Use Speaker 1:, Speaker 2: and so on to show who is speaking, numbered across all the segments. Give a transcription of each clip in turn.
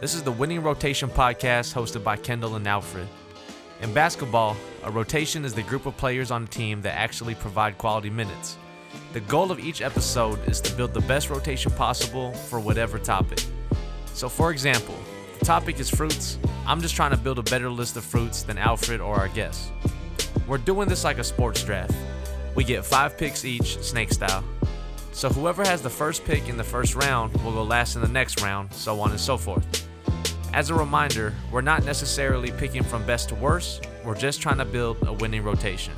Speaker 1: This is the Winning Rotation podcast hosted by Kendall and Alfred. In basketball, a rotation is the group of players on a team that actually provide quality minutes. The goal of each episode is to build the best rotation possible for whatever topic. So, for example, the topic is fruits. I'm just trying to build a better list of fruits than Alfred or our guests. We're doing this like a sports draft. We get five picks each, snake style. So, whoever has the first pick in the first round will go last in the next round, so on and so forth. As a reminder, we're not necessarily picking from best to worst, we're just trying to build a winning rotation.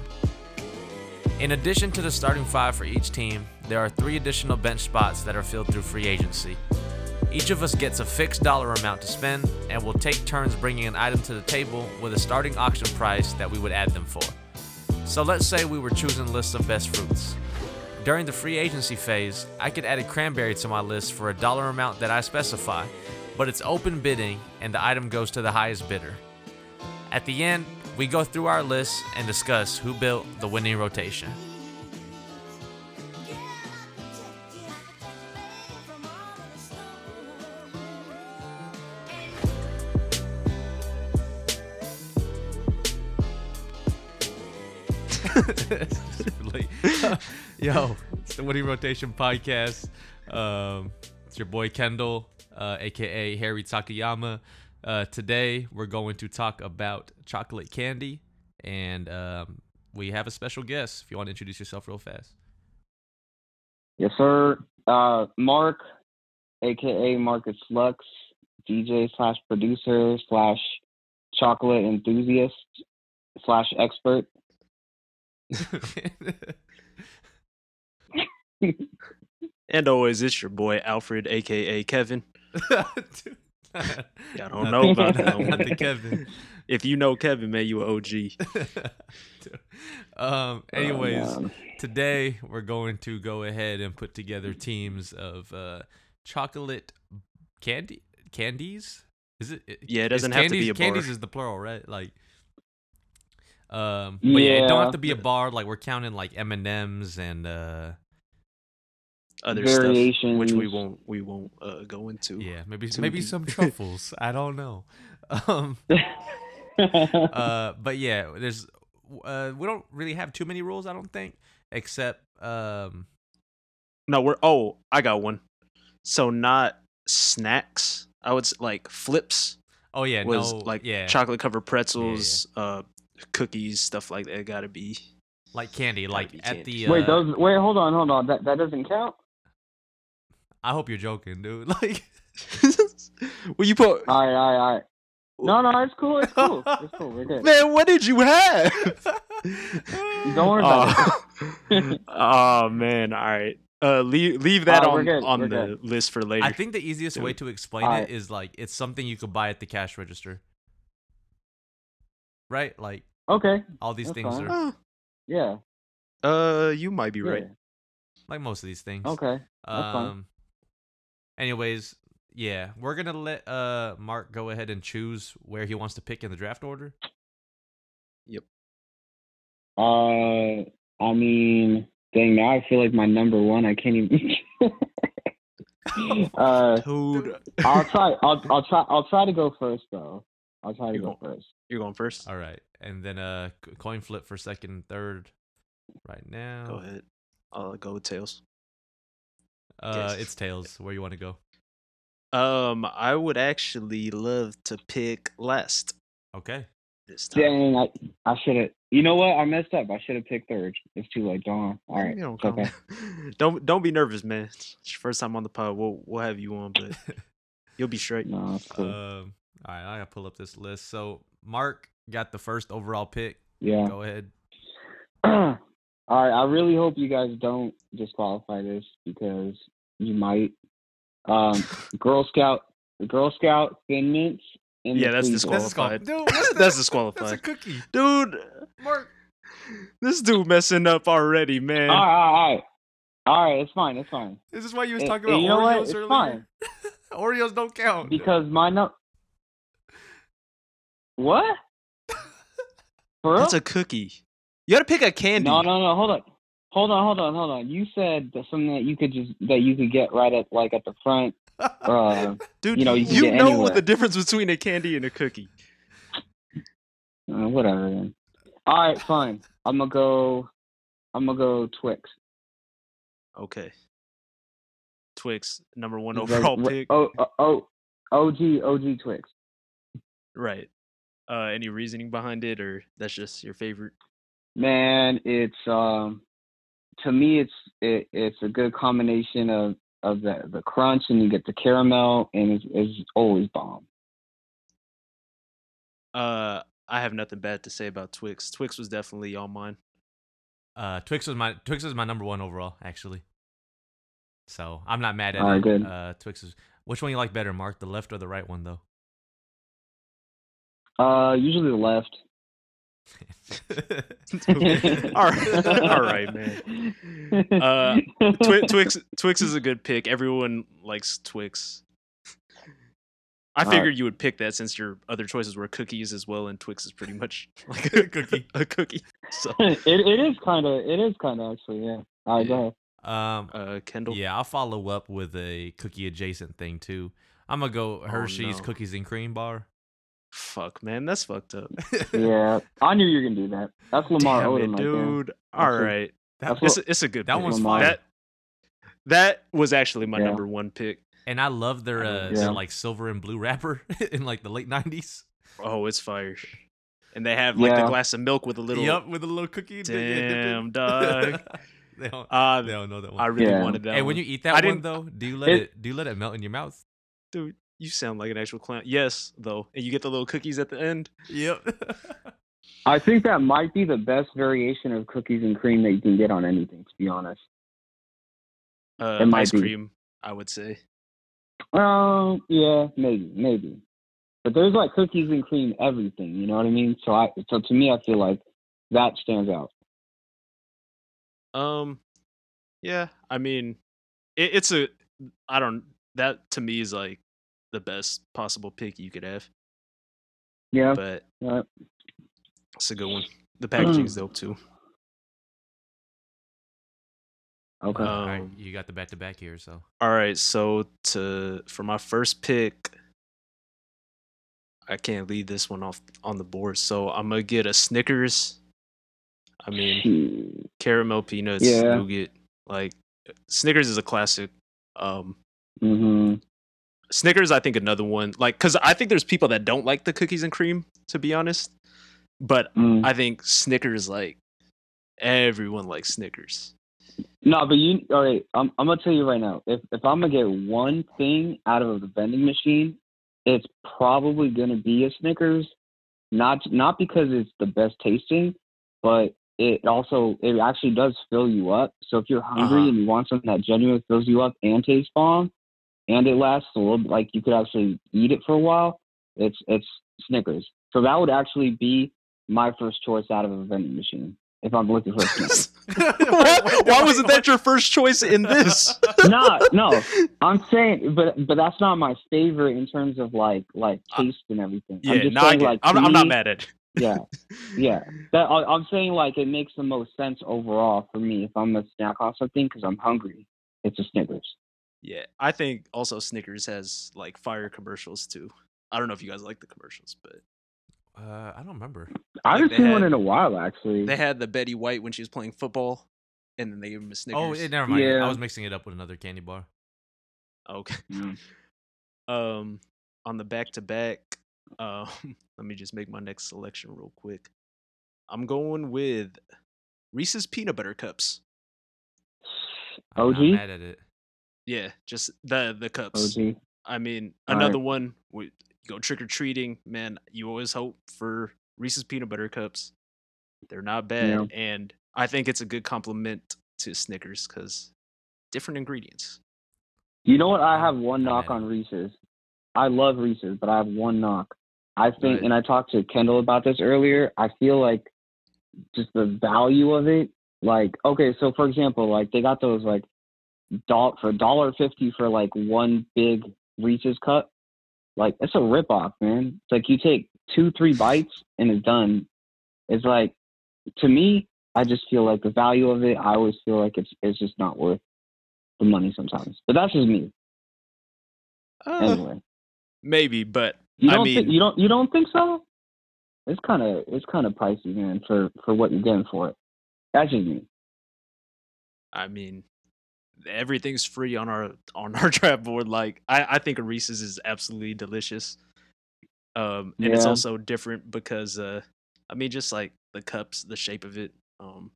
Speaker 1: In addition to the starting five for each team, there are three additional bench spots that are filled through free agency. Each of us gets a fixed dollar amount to spend, and we'll take turns bringing an item to the table with a starting auction price that we would add them for. So let's say we were choosing lists of best fruits. During the free agency phase, I could add a cranberry to my list for a dollar amount that I specify, but it's open bidding and the item goes to the highest bidder. At the end, we go through our list and discuss who built the winning rotation. Yo, it's the Winning Rotation podcast. Um, it's your boy Kendall, uh, aka Harry Takayama. Uh, today we're going to talk about chocolate candy, and um, we have a special guest. If you want to introduce yourself real fast,
Speaker 2: Yes, sir. Uh, Mark, aka Marcus Lux, DJ slash producer slash chocolate enthusiast slash expert.
Speaker 3: And always, it's your boy Alfred, aka Kevin.
Speaker 1: Dude,
Speaker 3: I don't know about
Speaker 1: not
Speaker 3: that one.
Speaker 1: the Kevin.
Speaker 3: If you know Kevin, man, you a OG. Uh,
Speaker 1: um, anyways,
Speaker 2: Um,
Speaker 1: today we're going to go ahead and put together teams of uh, chocolate candy candies. Is it? it-
Speaker 3: Yeah, it
Speaker 1: is
Speaker 3: doesn't have to
Speaker 1: candies-
Speaker 3: be a bar.
Speaker 1: Candies is the plural, right? Like, um, but yeah, it don't
Speaker 2: Yeah.
Speaker 1: have to be a bar. Like we're counting like M and M's and uh,
Speaker 3: Other stuff, which we
Speaker 2: Variations.
Speaker 3: won't, we won't uh, go into.
Speaker 1: yeah, maybe
Speaker 3: Too
Speaker 1: maybe
Speaker 3: deep.
Speaker 1: some truffles. I don't know. Um, uh, but yeah, there's uh, we don't really have too many rules. I don't think, except um,
Speaker 3: No, we're. Oh, I got one. So not snacks. I would s- like flips
Speaker 1: oh yeah,
Speaker 3: was
Speaker 1: no,
Speaker 3: like
Speaker 1: yeah,
Speaker 3: chocolate covered pretzels, uh, cookies, stuff like that. Got to be.
Speaker 1: like candy, like
Speaker 3: be
Speaker 1: at the. Uh,
Speaker 2: wait, those. Wait, hold on, hold on. That that doesn't count.
Speaker 1: I hope you're joking, dude. Like,
Speaker 3: well, you put.
Speaker 2: All right, all right, all right. No, no, it's cool. It's cool. It's cool. We're good.
Speaker 3: Man, what did you have?
Speaker 2: Don't worry about it.
Speaker 3: Oh. oh man, all right. Uh, leave leave that
Speaker 2: Uh, we're
Speaker 3: on
Speaker 2: good,
Speaker 3: on
Speaker 2: we're
Speaker 3: the list for later.
Speaker 1: I think the easiest way to explain it
Speaker 2: Alright.
Speaker 1: is like it's something you could buy at the cash register, right? Like
Speaker 2: Okay.
Speaker 1: all these
Speaker 2: That's
Speaker 1: things
Speaker 2: fine.
Speaker 1: are
Speaker 3: Oh,
Speaker 2: Yeah.
Speaker 3: uh, you might be right.
Speaker 1: like most of these things.
Speaker 2: yeah, Okay. that's fine.
Speaker 1: Um. Anyways, yeah, we're gonna let uh Mark go ahead and choose where he wants to pick in the draft order.
Speaker 2: Uh, I mean, dang. Now I feel like my number one. I can't even. uh.
Speaker 3: Dude,
Speaker 2: I'll try. I'll, I'll try. I'll try to go first though. I'll try to
Speaker 3: You
Speaker 2: go
Speaker 3: won't.
Speaker 2: first.
Speaker 3: you're going first.
Speaker 1: All right, and then uh c- coin flip for second and third. Right now,
Speaker 3: Go ahead. I'll go with tails.
Speaker 1: uh,
Speaker 3: Guess.
Speaker 1: it's tails. Where you want to go?
Speaker 3: Um, I would actually love to pick last
Speaker 1: Okay.
Speaker 3: this time.
Speaker 2: Dang, I I should have. You know what? I messed up. I should have picked third. It's too late. Dawn. All right.
Speaker 3: You don't,
Speaker 2: it's okay.
Speaker 3: come- don't don't be nervous, man. It's your first time on the pod. We'll we'll have you on, but you'll be straight.
Speaker 2: No, it's cool.
Speaker 1: Um. All right, I gotta pull up this list. So Mark got the first overall pick.
Speaker 2: yeah.
Speaker 1: Go ahead.
Speaker 2: All right. I really hope you guys don't disqualify this because you might. Um, Girl Scout, Girl Scout thin mints. in the
Speaker 3: Yeah, that's
Speaker 2: freezer.
Speaker 3: disqual- Disqualified.
Speaker 1: Dude, what's that?
Speaker 3: That's
Speaker 1: That's a
Speaker 3: disqualified,
Speaker 1: cookie,
Speaker 3: dude.
Speaker 1: Mark.
Speaker 3: This dude messing up already, man.
Speaker 2: All right, all right, all right. It's fine. It's fine.
Speaker 1: Is this why you was
Speaker 2: Hey,
Speaker 1: talking
Speaker 2: hey,
Speaker 1: about
Speaker 2: you know what?
Speaker 1: Oreos
Speaker 2: It's
Speaker 1: earlier?
Speaker 2: fine.
Speaker 1: Oreos don't count.
Speaker 2: Because my no. What? For real?
Speaker 3: That's a cookie. You gotta pick a candy.
Speaker 2: No, no, no. Hold on, hold on, hold on, hold on. You said that something that you could just that you could get right at like at the front Uh,
Speaker 3: Dude, you
Speaker 2: You
Speaker 3: know,
Speaker 2: know, you can get anywhere.
Speaker 3: what the difference between a candy and a cookie.
Speaker 2: Uh, whatever then. All right, fine. I'm gonna go. I'm gonna go Twix.
Speaker 3: Okay. Twix, number one
Speaker 2: Like,
Speaker 3: overall
Speaker 2: wh-
Speaker 3: pick.
Speaker 2: Oh, oh, oh, OG, OG Twix.
Speaker 3: Right. Uh, any reasoning behind it, or that's just your favorite?
Speaker 2: Man, it's um, to me, it's it, it's a good combination of of the the crunch and you get the caramel and it's, it's always bomb.
Speaker 3: Uh, I have nothing bad to say about Twix. Twix was definitely all mine.
Speaker 1: Uh, Twix was my Twix was my number one overall, actually. So I'm not mad at
Speaker 2: All right,
Speaker 1: it.
Speaker 2: good.
Speaker 1: Uh, Twix is. Which one you like better, Mark? The left or the right one, though?
Speaker 2: Uh, usually the left.
Speaker 3: all right, all right, man. Uh, Twi- Twix, Twix is a good pick. Everyone likes Twix.
Speaker 2: All
Speaker 3: I
Speaker 2: right.
Speaker 3: figured you would pick that since your other choices were cookies as well, and Twix is pretty much like a cookie. A cookie. So,
Speaker 2: it it is kind of it is kind of actually yeah. All right, go ahead.
Speaker 1: um,
Speaker 3: uh, Kendall.
Speaker 1: yeah, I'll follow up with a cookie adjacent thing too. I'm gonna go Hershey's
Speaker 3: no.
Speaker 1: cookies and cream bar.
Speaker 3: Fuck, man, that's fucked up.
Speaker 2: Yeah, I knew you were gonna do that. That's Lamar
Speaker 3: Damn
Speaker 2: Odom,
Speaker 3: it,
Speaker 2: right there.
Speaker 3: dude. All
Speaker 2: That's a-
Speaker 3: right,
Speaker 1: That
Speaker 2: what-
Speaker 1: was,
Speaker 3: it's a, it's a good.
Speaker 1: that
Speaker 3: pick.
Speaker 1: one's
Speaker 2: Lamar.
Speaker 1: fire.
Speaker 3: that that was actually my
Speaker 2: Yeah.
Speaker 3: number one pick.
Speaker 1: and I love their uh,
Speaker 2: Yeah.
Speaker 1: their like silver and blue wrapper in like the late '90s.
Speaker 3: Oh, it's fire. And they have like the
Speaker 2: Yeah.
Speaker 3: glass of milk with a little.
Speaker 1: Yup, with a little cookie. dip- dip- dip- dip.
Speaker 3: Damn, dog.
Speaker 1: they, don't,
Speaker 3: Uh,
Speaker 1: they don't know that one.
Speaker 3: I really
Speaker 2: Yeah.
Speaker 3: wanted that.
Speaker 1: hey,
Speaker 3: one.
Speaker 1: when you eat that
Speaker 3: I
Speaker 1: one
Speaker 3: didn't-
Speaker 1: though, do you let
Speaker 2: it-
Speaker 1: it, do you let it melt in your mouth?
Speaker 3: dude, you sound like an actual clown. Yes, though, and you get the little cookies at the end.
Speaker 1: Yep.
Speaker 2: I think that might be the best variation of cookies and cream that you can get on anything. To be honest,
Speaker 3: Uh,
Speaker 2: It might
Speaker 3: ice
Speaker 2: be.
Speaker 3: cream, I would say.
Speaker 2: um, yeah, maybe, maybe. But there's like cookies and cream everything. You know what I mean? So I, so to me, I feel like that stands out.
Speaker 3: Um, yeah, I mean, it, it's a. I don't. That to me is like the best possible pick you could have,
Speaker 2: Yeah,
Speaker 3: but
Speaker 2: yeah.
Speaker 3: it's a good one. The packaging's
Speaker 2: Hmm.
Speaker 3: dope too.
Speaker 2: okay.
Speaker 3: Uh,
Speaker 1: All right,
Speaker 3: Um,
Speaker 1: you got the back to back here, so
Speaker 3: All right, so to for my first pick, I can't leave this one off on the board. So I'm gonna get a Snickers. I mean,
Speaker 2: Shoot.
Speaker 3: caramel peanuts
Speaker 2: Yeah.
Speaker 3: nougat like snickers is a classic um
Speaker 2: Mhm.
Speaker 3: snickers i think another one like because i think there's people that don't like the cookies and cream to be honest but
Speaker 2: Mm.
Speaker 3: i think snickers like everyone likes snickers
Speaker 2: No, but you all right, I'm I'm gonna tell you right now, if if I'm gonna get one thing out of the vending machine, it's probably gonna be a Snickers. Not not because it's the best tasting, but it also it actually does fill you up. So if you're hungry
Speaker 3: Uh-huh.
Speaker 2: and you want something that genuinely fills you up and tastes bomb and it lasts a little bit like you could actually eat it for a while, it's it's Snickers. So that would actually be my first choice out of a vending machine if I'm looking for a Snickers.
Speaker 3: what? why wasn't that your first choice in this
Speaker 2: no, no. I'm saying, but but that's not my favorite in terms of like like taste and everything. I'm
Speaker 3: Uh, yeah
Speaker 2: just
Speaker 3: no, I
Speaker 2: saying,
Speaker 3: get,
Speaker 2: like,
Speaker 3: I'm,
Speaker 2: to
Speaker 3: I'm not
Speaker 2: me-
Speaker 3: mad at it
Speaker 2: Yeah, yeah. That, I, I'm saying like it makes the most sense overall for me if I'm gonna snack on something because I'm hungry. It's a Snickers.
Speaker 3: yeah i think also snickers has like fire commercials too i don't know if you guys like the commercials but
Speaker 1: Uh, I don't remember.
Speaker 2: I
Speaker 3: Like
Speaker 2: haven't
Speaker 3: they
Speaker 2: seen one
Speaker 3: had-
Speaker 2: in a while actually.
Speaker 3: They had the Betty White when she was playing football, and then they gave him a Snickers.
Speaker 1: Oh, it, never mind. I
Speaker 2: Yeah.
Speaker 1: was mixing it up with another candy bar.
Speaker 3: okay.
Speaker 2: Mm.
Speaker 3: Um, on the back to back, um, let me just make my next selection real quick. I'm going with Reese's peanut butter cups. Oh,
Speaker 1: I'm not
Speaker 2: OG?
Speaker 1: mad at it.
Speaker 3: Yeah, just the the cups.
Speaker 2: OG.
Speaker 3: I mean,
Speaker 2: All right.
Speaker 3: another one. We you go trick or treating, man. You always hope for Reese's peanut butter cups. They're not bad,
Speaker 2: Yeah.
Speaker 3: and I think it's a good compliment to Snickers because different ingredients.
Speaker 2: You know what? I have one
Speaker 1: Not
Speaker 2: knock
Speaker 1: bad.
Speaker 2: on Reese's. I love Reese's, but I have one knock. I think,
Speaker 3: Right.
Speaker 2: and I talked to Kendall about this earlier. I feel like just the value of it. Like, okay, so for example, like they got those like doll for dollar fifty for like one big Reese's cup. Like it's a rip off, man. It's like you take two, three bites and it's done. It's like to me, I just feel like the value of it. I always feel like it's it's just not worth the money sometimes. But that's just me.
Speaker 3: Uh,
Speaker 2: Anyway,
Speaker 3: maybe, but
Speaker 2: you
Speaker 3: I
Speaker 2: don't think
Speaker 3: mean-
Speaker 2: you don't you don't think so? It's kind of it's kind of pricey, man, for for what you're getting for it. That's just me.
Speaker 3: I mean, everything's free on our on our draft board. Like I, I think a Reese's is absolutely delicious. Um, and it's
Speaker 2: Yeah.
Speaker 3: also different because uh, I mean, just like the cups, the shape of it, um,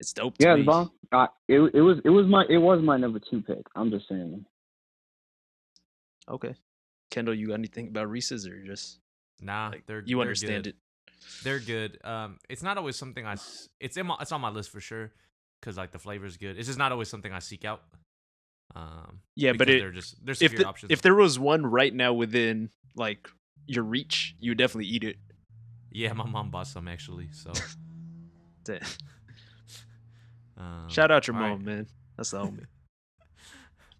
Speaker 3: it's dope. to
Speaker 2: Yeah,
Speaker 3: me.
Speaker 2: Bob. I, it it was it was my it was my number two pick. I'm just saying.
Speaker 3: Okay, Kendall, you got anything about Reese's or just
Speaker 1: Nah,
Speaker 3: like
Speaker 1: they're
Speaker 3: you
Speaker 1: they're
Speaker 3: understand
Speaker 1: good.
Speaker 3: it?
Speaker 1: They're good. Um, it's not always something I. s- It's in my, it's on my list for sure, cause like the flavor's good. It's just not always something I seek out. Um,
Speaker 3: Yeah, but
Speaker 1: because
Speaker 3: it,
Speaker 1: they're just they're
Speaker 3: if
Speaker 1: superior
Speaker 3: the,
Speaker 1: options.
Speaker 3: if there was one right now within like your reach, you would definitely eat it.
Speaker 1: yeah, my mom bought some actually. So
Speaker 3: Damn.
Speaker 1: um,
Speaker 3: Shout out your
Speaker 1: Oh, all
Speaker 3: mom,
Speaker 1: right.
Speaker 3: man. That's the homie.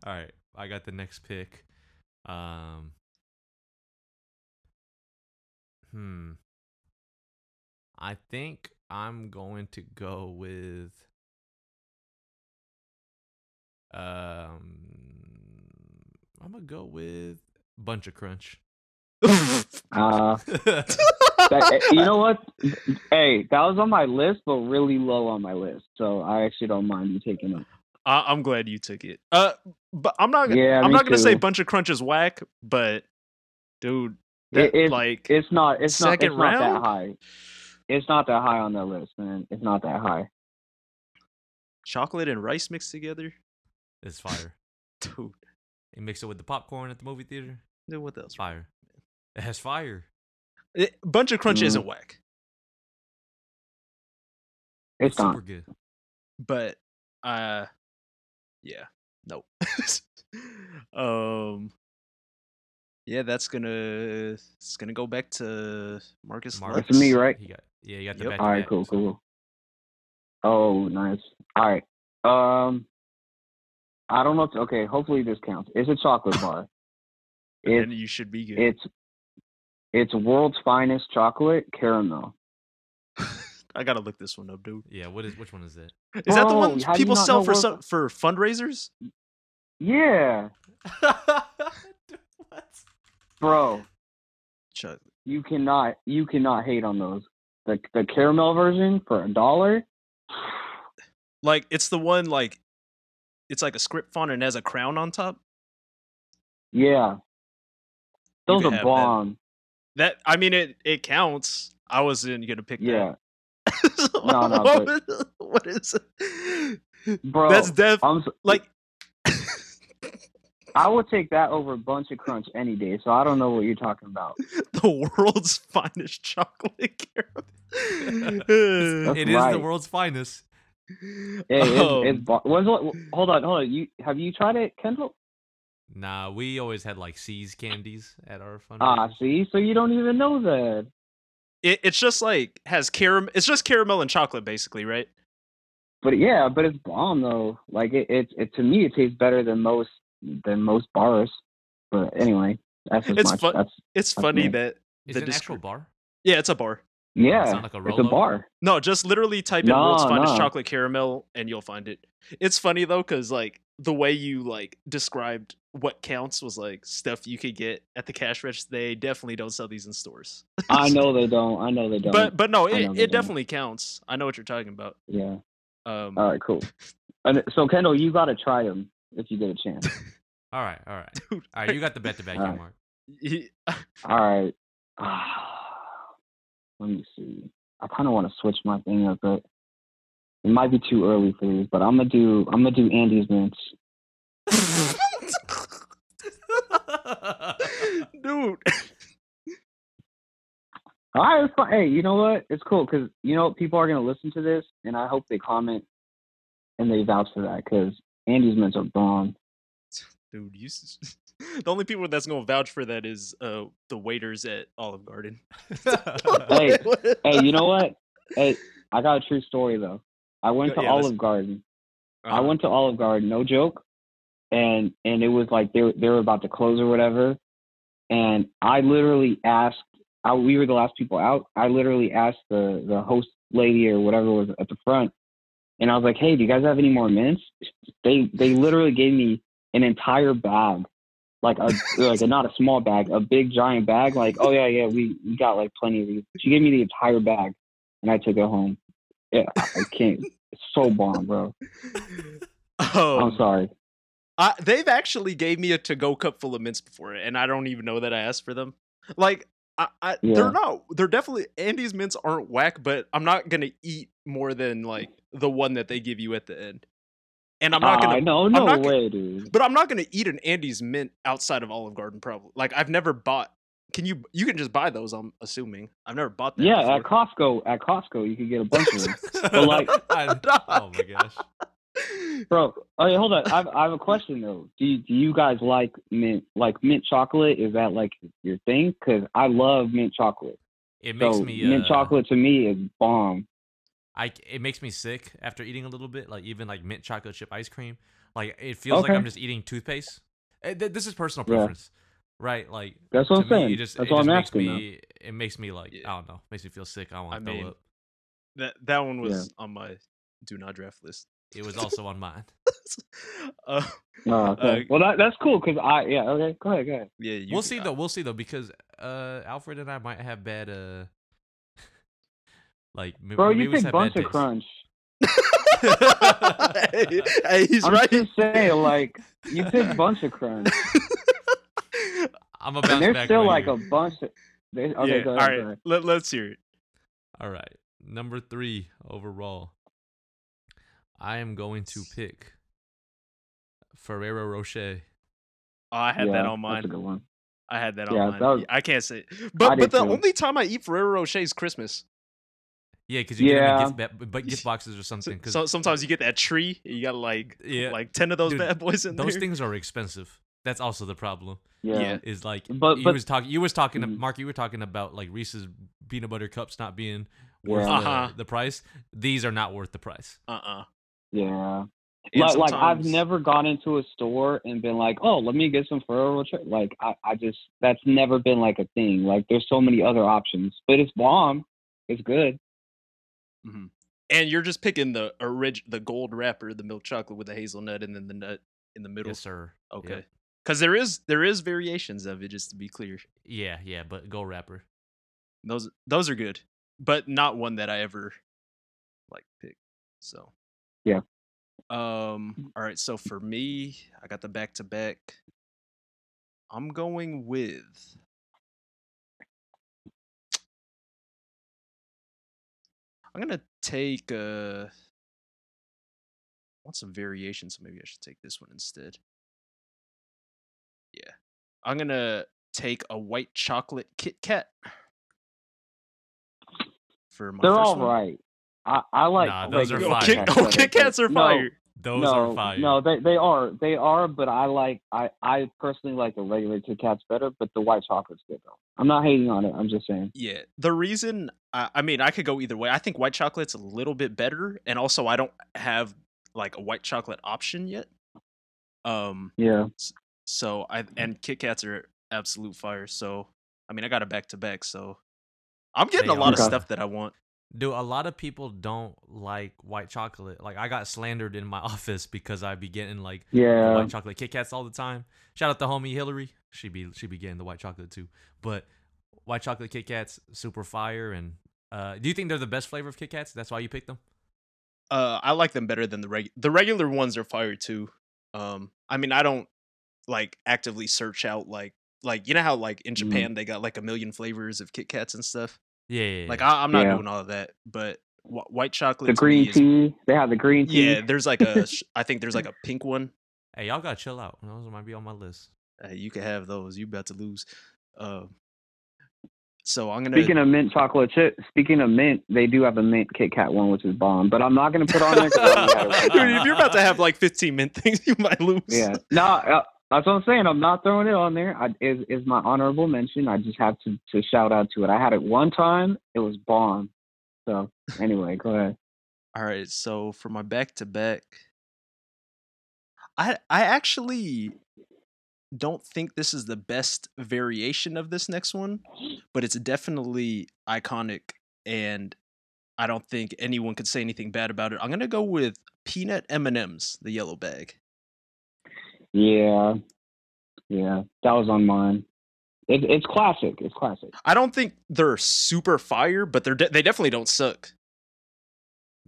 Speaker 1: All right, I got the next pick. Um, hmm. I think I'm going to go with. Um, I'm gonna go with bunch of crunch.
Speaker 2: Uh, that, eh, you know what? Hey, that was on my list, but really low on my list. So I actually don't mind you taking it.
Speaker 3: I, I'm glad you took it. Uh, but I'm not.
Speaker 2: Yeah,
Speaker 3: I'm
Speaker 2: me
Speaker 3: not gonna say
Speaker 2: too.
Speaker 3: bunch of crunch is whack, but dude, that,
Speaker 2: it-
Speaker 3: like
Speaker 2: It's not. It's not. It's
Speaker 3: Second
Speaker 2: not that
Speaker 3: round?
Speaker 2: high. It's not that high on the list, man. It's not that high.
Speaker 3: chocolate and rice mixed together,
Speaker 1: It's fire.
Speaker 3: dude.
Speaker 1: You mix it with the popcorn at the movie theater.
Speaker 3: dude what else?
Speaker 1: It's fire. It has fire.
Speaker 3: It, bunch of crunch
Speaker 2: Mhm.
Speaker 3: isn't whack,
Speaker 2: It's, not.
Speaker 1: super good.
Speaker 3: but uh, yeah, no. um, yeah, that's gonna it's gonna go back to Marcus.
Speaker 1: Marcus,
Speaker 2: It's me, right?
Speaker 1: He got, yeah, you got the
Speaker 3: Yep.
Speaker 1: back.
Speaker 2: All right. Cool. Cool. Oh, nice. All right. Um, I don't know. If, okay. Hopefully this counts. It's a chocolate bar. It's
Speaker 3: and you should be good.
Speaker 2: it's it's world's finest chocolate caramel.
Speaker 3: I gotta look this one up, dude.
Speaker 1: Yeah. What is? Which one is it?
Speaker 3: Is that the
Speaker 2: Bro,
Speaker 3: one
Speaker 2: Oh, how do you
Speaker 3: people
Speaker 2: not
Speaker 3: sell
Speaker 2: know
Speaker 3: for
Speaker 2: what-
Speaker 3: some, for fundraisers?
Speaker 2: Yeah,
Speaker 1: what?
Speaker 2: bro.
Speaker 3: Chuck,
Speaker 2: You cannot you cannot hate on those. The the caramel version for a dollar.
Speaker 3: like it's the one like it's like a script font and has a crown on top.
Speaker 2: Yeah. Those
Speaker 3: could
Speaker 2: are
Speaker 3: have that.
Speaker 2: bomb.
Speaker 3: That I mean it it counts. I wasn't gonna pick
Speaker 2: Yeah.
Speaker 3: that.
Speaker 2: No, no,
Speaker 3: What was- what is it?
Speaker 2: Bro,
Speaker 3: That's def
Speaker 2: I'm s-
Speaker 3: like
Speaker 2: I would take that over a bunch of crunch any day, so I don't know what you're talking about.
Speaker 3: the world's finest chocolate
Speaker 1: It's-
Speaker 3: caramel.
Speaker 1: It is the
Speaker 2: right.
Speaker 1: world's finest.
Speaker 2: Hey, it's,
Speaker 1: Oh.
Speaker 2: it's
Speaker 3: Um,
Speaker 2: bo- when's what, hold on, hold on. You have you tried it, Kendall?
Speaker 1: Nah, we always had like C's candies at our fun.
Speaker 2: Ah, see, so you don't even know that.
Speaker 3: it, it's just like has caramel. It's just caramel and chocolate, basically, right?
Speaker 2: But yeah, but it's bomb though. Like it, it, it to me, it tastes better than most than most bars. But anyway, that's just
Speaker 3: It's
Speaker 2: my,
Speaker 3: fun-
Speaker 2: that's
Speaker 3: It's
Speaker 2: That's
Speaker 3: funny
Speaker 2: me.
Speaker 3: that
Speaker 1: Is
Speaker 3: the
Speaker 1: it an actual
Speaker 3: descri-
Speaker 1: bar?
Speaker 3: yeah, it's a bar.
Speaker 2: yeah,
Speaker 1: It's not like a
Speaker 2: it's a
Speaker 1: Rolo?
Speaker 2: bar.
Speaker 3: No, just literally type in world's
Speaker 2: No,
Speaker 3: finest
Speaker 2: no.
Speaker 3: chocolate caramel and you'll find it. It's funny though, because like the way you like described what counts was like stuff you could get at the cash register. They definitely don't sell these in stores.
Speaker 2: I know they don't. I know they don't.
Speaker 3: But but no,
Speaker 2: I know
Speaker 3: it,
Speaker 2: they
Speaker 3: it
Speaker 2: don't.
Speaker 3: definitely counts. I know what you're talking about.
Speaker 2: yeah.
Speaker 3: Um,
Speaker 2: All right. Cool. And so Kendall, you gotta try them if you get a chance.
Speaker 1: All right, all right,
Speaker 3: dude,
Speaker 1: all right. You got the bet to back,
Speaker 2: All right.
Speaker 1: Mark.
Speaker 3: he-
Speaker 2: All right. ah, Let me see. I kind of want to switch my thing up, but it might be too early for these. But I'm gonna do. I'm gonna do Andy's mints.
Speaker 3: dude,
Speaker 2: All right. It's fine. Hey, you know what? It's cool because you know people are gonna listen to this, and I hope they comment and they vouch for that because Andy's mints are bomb.
Speaker 3: dude, you. s- The only people that's gonna vouch for that is uh the waiters at Olive Garden.
Speaker 2: Hey, Hey, you know what? hey, I got a true story though. I went
Speaker 3: Yeah,
Speaker 2: to
Speaker 3: yeah, let's-
Speaker 2: Olive Garden.
Speaker 3: Uh-huh.
Speaker 2: I went to Olive Garden, no joke, and and it was like they were- they were about to close or whatever, and I literally asked, I, we were the last people out. I literally asked the the host lady or whatever was at the front, and I was like, hey, do you guys have any more mints? They they literally gave me an entire bag, like a like a, not a small bag, a big giant bag. Like, oh yeah, yeah, we, we got like plenty of these. She gave me the entire bag, and I took it home. Yeah, I I can't. It's so bomb, bro.
Speaker 1: Oh,
Speaker 3: Um,
Speaker 2: I'm sorry.
Speaker 3: I, they've actually gave me a to-go cup full of mints before, and I don't even know that I asked for them. Like, I, I
Speaker 2: Yeah.
Speaker 3: they're not. They're definitely Andy's mints aren't whack, but I'm not gonna eat more than like the one that they give you at the end. And I'm not
Speaker 2: Ah,
Speaker 3: gonna.
Speaker 2: no, no
Speaker 3: not gonna-
Speaker 2: way, dude.
Speaker 3: But I'm not gonna eat an Andy's mint outside of Olive Garden. Probably. Like I've never bought. Can you? You can just buy those. I'm assuming. I've never bought that.
Speaker 2: Yeah,
Speaker 3: before.
Speaker 2: at Costco, at Costco, you could get a bunch of them,
Speaker 1: But
Speaker 2: like-
Speaker 1: oh my gosh.
Speaker 2: bro. Oh, yeah, hold on. I've, I have a question though. Do you, do you guys like mint? Like mint chocolate? Is that like your thing? Because I love mint chocolate.
Speaker 1: It makes
Speaker 2: so
Speaker 1: me uh,
Speaker 2: mint chocolate to me is bomb.
Speaker 1: I it makes me sick after eating a little bit, like even like mint chocolate chip ice cream. Like it feels like
Speaker 2: Okay.
Speaker 1: I'm just eating toothpaste. Eh, th- This is personal
Speaker 2: Yeah.
Speaker 1: preference, right? Like
Speaker 2: That's what
Speaker 1: to
Speaker 2: I'm
Speaker 1: me,
Speaker 2: saying.
Speaker 1: it just
Speaker 2: That's
Speaker 1: it
Speaker 2: what
Speaker 1: just
Speaker 2: I'm
Speaker 1: makes
Speaker 2: asking. though.
Speaker 1: me it makes me like
Speaker 3: Yeah.
Speaker 1: I don't know, makes me feel sick. I
Speaker 3: I
Speaker 1: want to throw
Speaker 3: mean-
Speaker 1: up.
Speaker 3: that that one
Speaker 2: Yeah.
Speaker 3: was on my do not draft list.
Speaker 1: It was also on mine.
Speaker 3: uh,
Speaker 2: Oh, okay.
Speaker 3: Uh,
Speaker 2: well, that, that's cool because I yeah okay go ahead go ahead.
Speaker 3: yeah, you
Speaker 1: we'll
Speaker 3: can-
Speaker 1: see though. We'll see though because uh Alfred and I might have bad uh like maybe,
Speaker 2: Bro,
Speaker 1: maybe
Speaker 2: you
Speaker 1: we just
Speaker 2: pick
Speaker 1: have bad
Speaker 2: bunch of
Speaker 1: taste.
Speaker 2: crunch.
Speaker 3: hey, hey, he's
Speaker 2: I'm
Speaker 3: right.
Speaker 2: just saying like you pick bunch of crunch,
Speaker 1: I'm a
Speaker 2: and
Speaker 1: bounce
Speaker 2: there's
Speaker 1: back
Speaker 2: still
Speaker 1: right
Speaker 2: like
Speaker 1: here.
Speaker 2: a bunch. Of, there- okay,
Speaker 3: yeah,
Speaker 2: go
Speaker 3: all
Speaker 2: ahead.
Speaker 3: right,
Speaker 2: go ahead.
Speaker 3: let, let's hear it.
Speaker 1: All right. Number three overall. I am going to pick Ferrero Rocher.
Speaker 3: Oh, I had
Speaker 2: Yeah,
Speaker 3: that on
Speaker 2: That's a
Speaker 3: mine.
Speaker 2: good one.
Speaker 3: I had that
Speaker 2: Yeah,
Speaker 3: on mine.
Speaker 2: that was-
Speaker 3: I can't say, but but
Speaker 2: did
Speaker 3: the
Speaker 2: too.
Speaker 3: only time I eat Ferrero Rocher is Christmas.
Speaker 1: Yeah, because you get
Speaker 2: Yeah.
Speaker 1: them in gift, ba- but gift boxes or
Speaker 3: So,
Speaker 1: something. 'cause
Speaker 3: so- sometimes you get that tree. You got like
Speaker 1: Yeah.
Speaker 3: like ten of those
Speaker 1: Dude,
Speaker 3: bad boys in
Speaker 1: those
Speaker 3: there.
Speaker 1: things are expensive. That's also the problem.
Speaker 2: Yeah.
Speaker 3: Yeah.
Speaker 1: Is like
Speaker 2: But-
Speaker 1: you
Speaker 2: but-
Speaker 1: was talking. You was talking, to,
Speaker 2: Mhm.
Speaker 1: Mark. You were talking about like Reese's peanut butter cups not being worth
Speaker 2: Yeah.
Speaker 1: the,
Speaker 3: Uh-huh.
Speaker 1: the price. These are not worth the price.
Speaker 3: Uh uh
Speaker 2: Yeah. Like, like I've never gone into a store and been like, oh, let me get some Ferrero Rocher. Like I, I just that's never been like a thing. Like there's so many other options, but it's bomb. It's good.
Speaker 3: And you're just picking the orig- the gold wrapper, the milk chocolate with the hazelnut, and then the nut in the middle.
Speaker 1: Yes, sir. Yep.
Speaker 3: Okay. Because there is there is variations of it, just to be clear.
Speaker 1: Yeah, yeah. But go wrapper.
Speaker 3: Those those are good, but not one that I ever like pick. So
Speaker 2: Yeah. Mm.
Speaker 3: Um. All right. So for me, I got the back to back. I'm going with. I'm gonna take. Uh, I want some variation, so maybe I should take this one instead. Yeah, I'm gonna take a white chocolate Kit Kat for my.
Speaker 2: They're
Speaker 3: first
Speaker 2: all
Speaker 3: one.
Speaker 2: right. I, I like
Speaker 1: Nah,
Speaker 2: like,
Speaker 1: those are
Speaker 2: Kit
Speaker 1: fire.
Speaker 3: Kit,
Speaker 2: Kats
Speaker 3: oh,
Speaker 2: better.
Speaker 3: Kit Kats are
Speaker 2: No,
Speaker 3: fire.
Speaker 1: Those
Speaker 2: no,
Speaker 1: are fire.
Speaker 2: No, they they are they are, but I like I I personally like the regular Kit Kats better, but the white chocolate's good though. I'm not hating on it. I'm just saying.
Speaker 3: Yeah. The reason I, I mean I could go either way. I think white chocolate's a little bit better, and also I don't have like a white chocolate option yet. Um.
Speaker 2: Yeah.
Speaker 3: So I and Kit Kats are absolute fire. So I mean I got a back to back. So I'm getting
Speaker 1: They
Speaker 3: a lot of
Speaker 2: are.
Speaker 3: stuff that I want.
Speaker 1: Dude, a lot of people don't like white chocolate. Like I got slandered in my office because I be getting like the
Speaker 2: Yeah.
Speaker 1: white chocolate Kit Kats all the time. Shout out to homie Hillary. She be she be getting the white chocolate too. But white chocolate Kit Kats, super fire. And uh, do you think they're the best flavor of Kit Kats? That's why you picked them.
Speaker 3: Uh, I like them better than the reg. The regular ones are fire too. Um, I mean I don't like actively search out like like you know how like in
Speaker 2: Mhm.
Speaker 3: Japan they got like a million flavors of Kit Kats and stuff.
Speaker 1: Yeah, yeah, yeah.
Speaker 3: Like I, I'm not
Speaker 2: Yeah.
Speaker 3: doing all of that, but wh- white chocolate.
Speaker 2: The
Speaker 3: to me
Speaker 2: green
Speaker 3: is-
Speaker 2: tea. They have the green tea.
Speaker 3: Yeah, there's like a. sh- I think there's like a pink one.
Speaker 1: hey, y'all gotta chill out. Those might be on my list.
Speaker 3: Uh, you could have those. You about to lose. Uh, so I'm gonna.
Speaker 2: Speaking of mint chocolate chip, speaking of mint, they do have a mint Kit Kat one, which is bomb. But I'm not gonna put on there. 'cause I only had it
Speaker 3: Dude,
Speaker 2: one.
Speaker 3: if you're about to have like 15 mint things, you might lose.
Speaker 2: yeah, no, uh, that's what I'm saying. I'm not throwing it on there. I, is is my honorable mention? I just have to to shout out to it. I had it one time. It was bomb. So anyway, go ahead.
Speaker 3: All right, so for my back to back, I I actually don't think this is the best variation of this next one, but it's definitely iconic and I don't think anyone could say anything bad about it. I'm going to go with peanut M&Ms, the yellow bag.
Speaker 2: Yeah, yeah, that was on mine. It, it's classic. It's classic.
Speaker 3: I don't think they're super fire, but they're de- they definitely don't suck.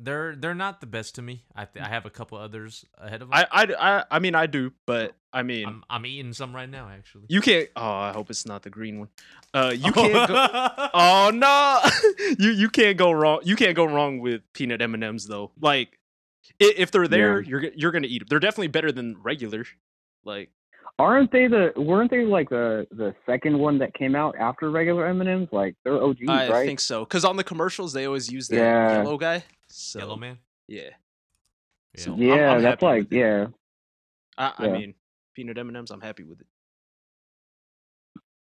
Speaker 1: They're they're not the best to me. I th- I have a couple others ahead of them.
Speaker 3: I, I, I, I mean, I do, but I mean,
Speaker 1: am Mm-hmm. I'm eating some right now, actually.
Speaker 3: you can't. Oh, I hope it's not the green one. Uh, you can't. Go, oh no, you you can't go wrong. You can't go wrong with peanut M and M's though. Like, i- if they're there, you're g- you're gonna eat them. They're definitely better than regular. Like,
Speaker 2: Aren't they the? Weren't they like the the second one that came out after regular M and M's? Like they're OGs,
Speaker 3: I
Speaker 2: right?
Speaker 3: think so, because on the commercials they always use that
Speaker 2: Yeah.
Speaker 3: yellow guy. So,
Speaker 1: Yellow man.
Speaker 3: Yeah,
Speaker 1: Yeah.
Speaker 3: So- I'm-
Speaker 2: yeah,
Speaker 3: I'm
Speaker 2: that's
Speaker 3: happy
Speaker 2: like
Speaker 3: with it.
Speaker 2: yeah.
Speaker 3: I, I
Speaker 2: Yeah.
Speaker 3: mean, peanut M and M's. I'm happy with it.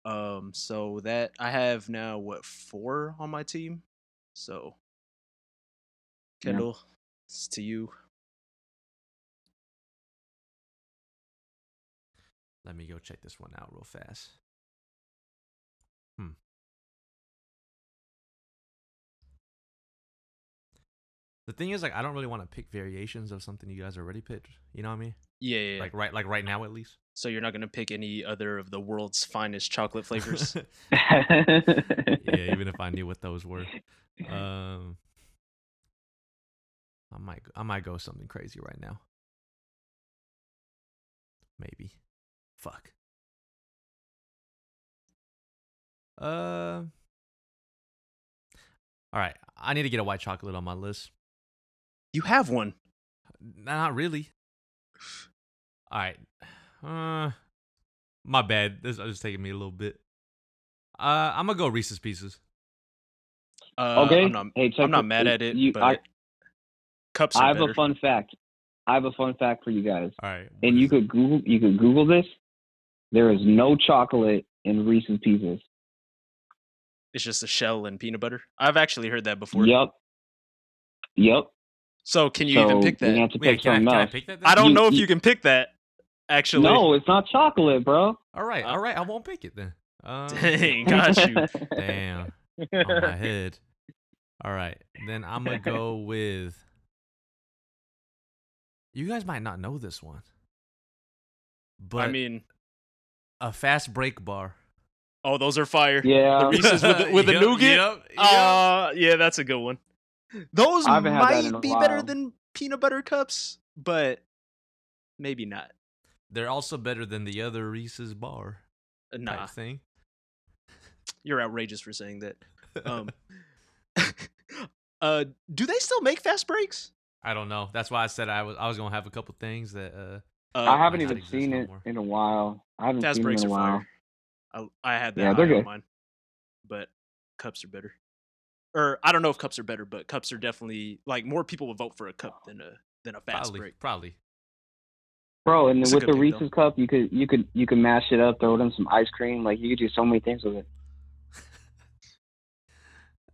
Speaker 3: Um, so that I have now what four on my team. So,
Speaker 2: Yeah.
Speaker 3: Kendall, it's to you.
Speaker 1: Let me go check this one out real fast. Hmm. The thing is, like, I don't really want to pick variations of something you guys already picked. You know what I mean?
Speaker 3: Yeah, yeah, yeah.
Speaker 1: Like right, like right now at least.
Speaker 3: so you're not gonna pick any other of the world's finest chocolate flavors.
Speaker 1: yeah, even if I knew what those were. Um, I might, I might go something crazy right now. Maybe. Fuck. Uh. All right, I need to get a white chocolate on my list.
Speaker 3: you have one.
Speaker 1: Nah, Not really. All right. Uh, my bad. This is taking me a little bit. Uh, I'm gonna go Reese's Pieces.
Speaker 3: Uh,
Speaker 2: okay.
Speaker 3: I'm not,
Speaker 2: hey, check
Speaker 3: I'm not
Speaker 2: this-
Speaker 3: mad at it,
Speaker 2: you-
Speaker 3: but
Speaker 2: I,
Speaker 3: cups are
Speaker 2: I have
Speaker 3: better.
Speaker 2: a fun fact. I have a fun fact for you guys.
Speaker 1: All right. what
Speaker 2: And you
Speaker 1: is it?
Speaker 2: could Google you could Google this. There is no chocolate in Reese's Pieces.
Speaker 3: it's just a shell and peanut butter. I've actually heard that before.
Speaker 2: Yep. Yep.
Speaker 3: So can you
Speaker 2: so
Speaker 3: even pick
Speaker 2: You
Speaker 3: that?
Speaker 2: have to
Speaker 1: Wait,
Speaker 2: pick
Speaker 1: can I,
Speaker 2: something
Speaker 1: can I
Speaker 2: else.
Speaker 1: pick that? Then?
Speaker 3: I don't
Speaker 2: You-
Speaker 3: know if
Speaker 2: you-
Speaker 3: you can pick that. Actually,
Speaker 2: no, it's not chocolate, bro.
Speaker 1: All right. All right. I won't pick it then. Um,
Speaker 3: Dang, got you.
Speaker 1: Damn. on my head. All right. Then I'm gonna go with. You guys might not know this one, but
Speaker 3: I mean,
Speaker 1: a fast break bar.
Speaker 3: oh, those are fire.
Speaker 2: yeah.
Speaker 3: The Reese's with the- with the
Speaker 1: Yep,
Speaker 3: nougat?
Speaker 1: yep, yep.
Speaker 3: Uh, yeah, that's a good one. Those
Speaker 2: I haven't had that in
Speaker 3: might
Speaker 2: a
Speaker 3: be better
Speaker 2: while.
Speaker 3: than peanut butter cups, but maybe not.
Speaker 1: They're also better than the other Reese's bar
Speaker 3: Uh,
Speaker 1: type
Speaker 3: Nah,
Speaker 1: thing.
Speaker 3: you're outrageous for saying that. Um, uh, do they still make fast breaks?
Speaker 1: I don't know. That's why I said I was I was gonna have a couple things that uh
Speaker 3: Uh,
Speaker 2: I haven't
Speaker 1: might not
Speaker 2: even
Speaker 1: exist
Speaker 2: seen
Speaker 1: no
Speaker 2: it
Speaker 1: more.
Speaker 2: in a while. I haven't
Speaker 3: fast
Speaker 2: seen it
Speaker 3: breaks
Speaker 2: in
Speaker 3: are
Speaker 2: a while.
Speaker 3: fire. I, I had that
Speaker 2: Yeah,
Speaker 3: yeah,
Speaker 2: they're
Speaker 3: on
Speaker 2: good.
Speaker 3: mine, but cups are better. Or I don't know if cups are better, but cups are definitely like more people would vote for a
Speaker 2: Oh.
Speaker 3: cup than a than a fast
Speaker 1: probably
Speaker 3: break.
Speaker 1: probably.
Speaker 2: Bro, and
Speaker 3: It's a
Speaker 2: with
Speaker 3: good
Speaker 2: the
Speaker 3: pick, though.
Speaker 2: Reese's cup, you could you could you could mash it up, throw it in some ice cream. Like you could do so many things with it.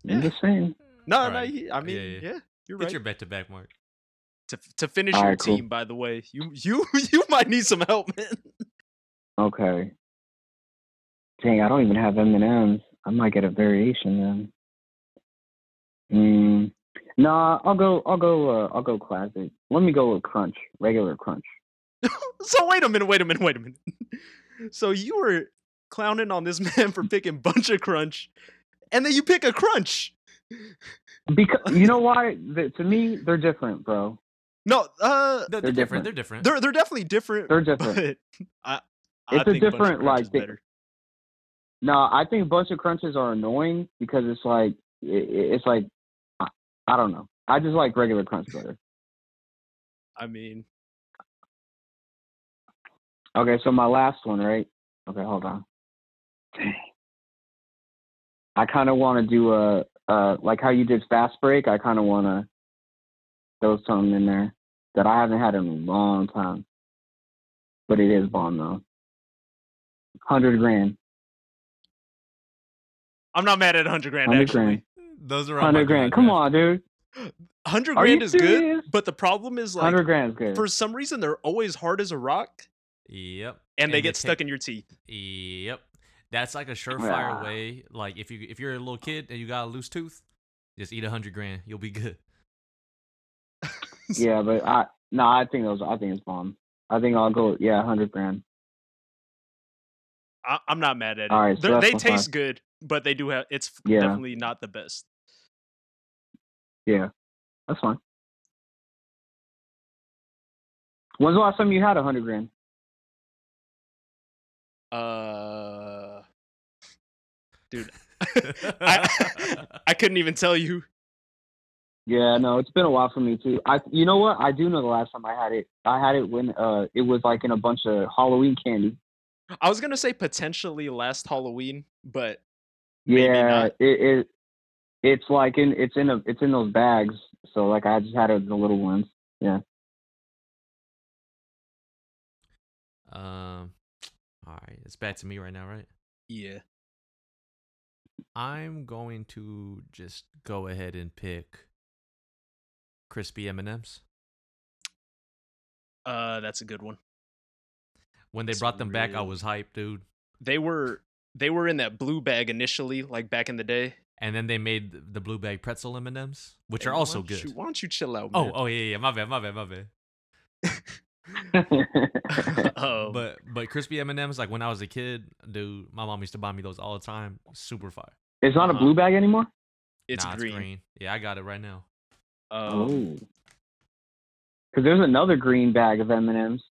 Speaker 2: I'm
Speaker 3: Yeah.
Speaker 2: just saying.
Speaker 3: No,
Speaker 1: All
Speaker 3: no,
Speaker 1: right.
Speaker 3: you- I mean, yeah,
Speaker 1: yeah.
Speaker 3: you're
Speaker 1: Get
Speaker 3: right.
Speaker 1: your bet to back mark.
Speaker 3: to to finish
Speaker 2: All
Speaker 3: your
Speaker 2: right, cool.
Speaker 3: team, by the way, you you you might need some help, man.
Speaker 2: Okay. Dang, I don't even have M and M's. I might get a variation then. Mm. Nah, I'll go. I'll go. Uh, I'll go classic. Let me go with crunch, regular crunch.
Speaker 3: So wait a minute, wait a minute, wait a minute. So you were clowning on this man for picking bunch of crunch, and then you pick a crunch.
Speaker 2: Because you know why? The, to me, they're different, bro.
Speaker 3: No, uh,
Speaker 1: No, they're,
Speaker 2: They're
Speaker 1: different.
Speaker 2: different.
Speaker 1: They're different.
Speaker 3: they're they're definitely different.
Speaker 2: They're different.
Speaker 3: But I, I
Speaker 2: It's a
Speaker 3: think bunch of
Speaker 2: different,
Speaker 3: crunch
Speaker 2: like,
Speaker 3: is
Speaker 2: thi-
Speaker 3: better.
Speaker 2: No, I think bunch of crunches are annoying because it's like i- i it's like I, I don't know. I just like regular crunch better.
Speaker 3: I mean,
Speaker 2: Okay, so my last one, right? Okay, hold on. Dang. I kind of want to do a, a like how you did fast break. I kind of want to throw something in there that I haven't had in a long time, but it is bomb though. Hundred grand,
Speaker 3: I'm not mad at 100 grand
Speaker 2: hundred
Speaker 3: actually.
Speaker 2: grand,
Speaker 1: Those are on my
Speaker 2: hundred grand. Come
Speaker 1: draft.
Speaker 2: on, dude.
Speaker 3: 100
Speaker 2: Are you
Speaker 3: grand is good,
Speaker 2: serious?
Speaker 3: but the problem is like
Speaker 2: Hundred grand is good.
Speaker 3: for some reason they're always hard as a rock
Speaker 1: Yep.
Speaker 3: and they get
Speaker 1: take-
Speaker 3: stuck in your teeth.
Speaker 1: Yep. That's like a surefire
Speaker 2: Yeah.
Speaker 1: way. Like if you if you're a little kid and you got a loose tooth, just eat a hundred grand. You'll be good.
Speaker 2: yeah, but I no, I think those. I think it's bomb. I think I'll go. Yeah, hundred grand.
Speaker 3: I, I'm not mad at it.
Speaker 2: All right, so
Speaker 3: They're-
Speaker 2: that's
Speaker 3: they
Speaker 2: my
Speaker 3: taste good, but they do have. It's f-
Speaker 2: Yeah.
Speaker 3: definitely not the best.
Speaker 2: That's fine. When's the last time you had a hundred grand?
Speaker 3: Uh, I- I couldn't even tell you.
Speaker 2: Yeah, no, it's been a while for me too. I, you know what? I do know the last time I had it. I had it when uh, it was like in a bunch of Halloween candy.
Speaker 3: I was gonna say potentially last Halloween, but Maybe
Speaker 2: Yeah,
Speaker 3: not.
Speaker 2: it, it, it's like in, it's in a, it's in those bags. So like I just had it, the little ones.
Speaker 1: um, all right, it's back to me right now, right?
Speaker 3: yeah,
Speaker 1: I'm going to just go ahead and pick crispy M&Ms.
Speaker 3: uh, that's a good one.
Speaker 1: When they
Speaker 3: It's
Speaker 1: brought them back, I
Speaker 3: really-
Speaker 1: was hyped, dude.
Speaker 3: They were they were in that blue bag initially, like back in the day.
Speaker 1: And then they made th- the blue bag pretzel M&Ms, which
Speaker 3: Hey,
Speaker 1: are
Speaker 3: why
Speaker 1: also
Speaker 3: don't
Speaker 1: good.
Speaker 3: you- why don't you chill out?
Speaker 1: oh,
Speaker 3: Man?
Speaker 1: oh yeah, yeah, my bad, my bad, my bad.
Speaker 3: Um,
Speaker 1: oh. But but crispy M&Ms like when I was a kid, dude, my mom used to buy me those all the time. Super fire.
Speaker 2: it's not a
Speaker 3: Uh-huh.
Speaker 2: blue bag anymore.
Speaker 3: it's
Speaker 1: Nah,
Speaker 3: green.
Speaker 1: Yeah, I got it right now.
Speaker 3: Um,
Speaker 2: Oh, because there's another green bag of M and M's.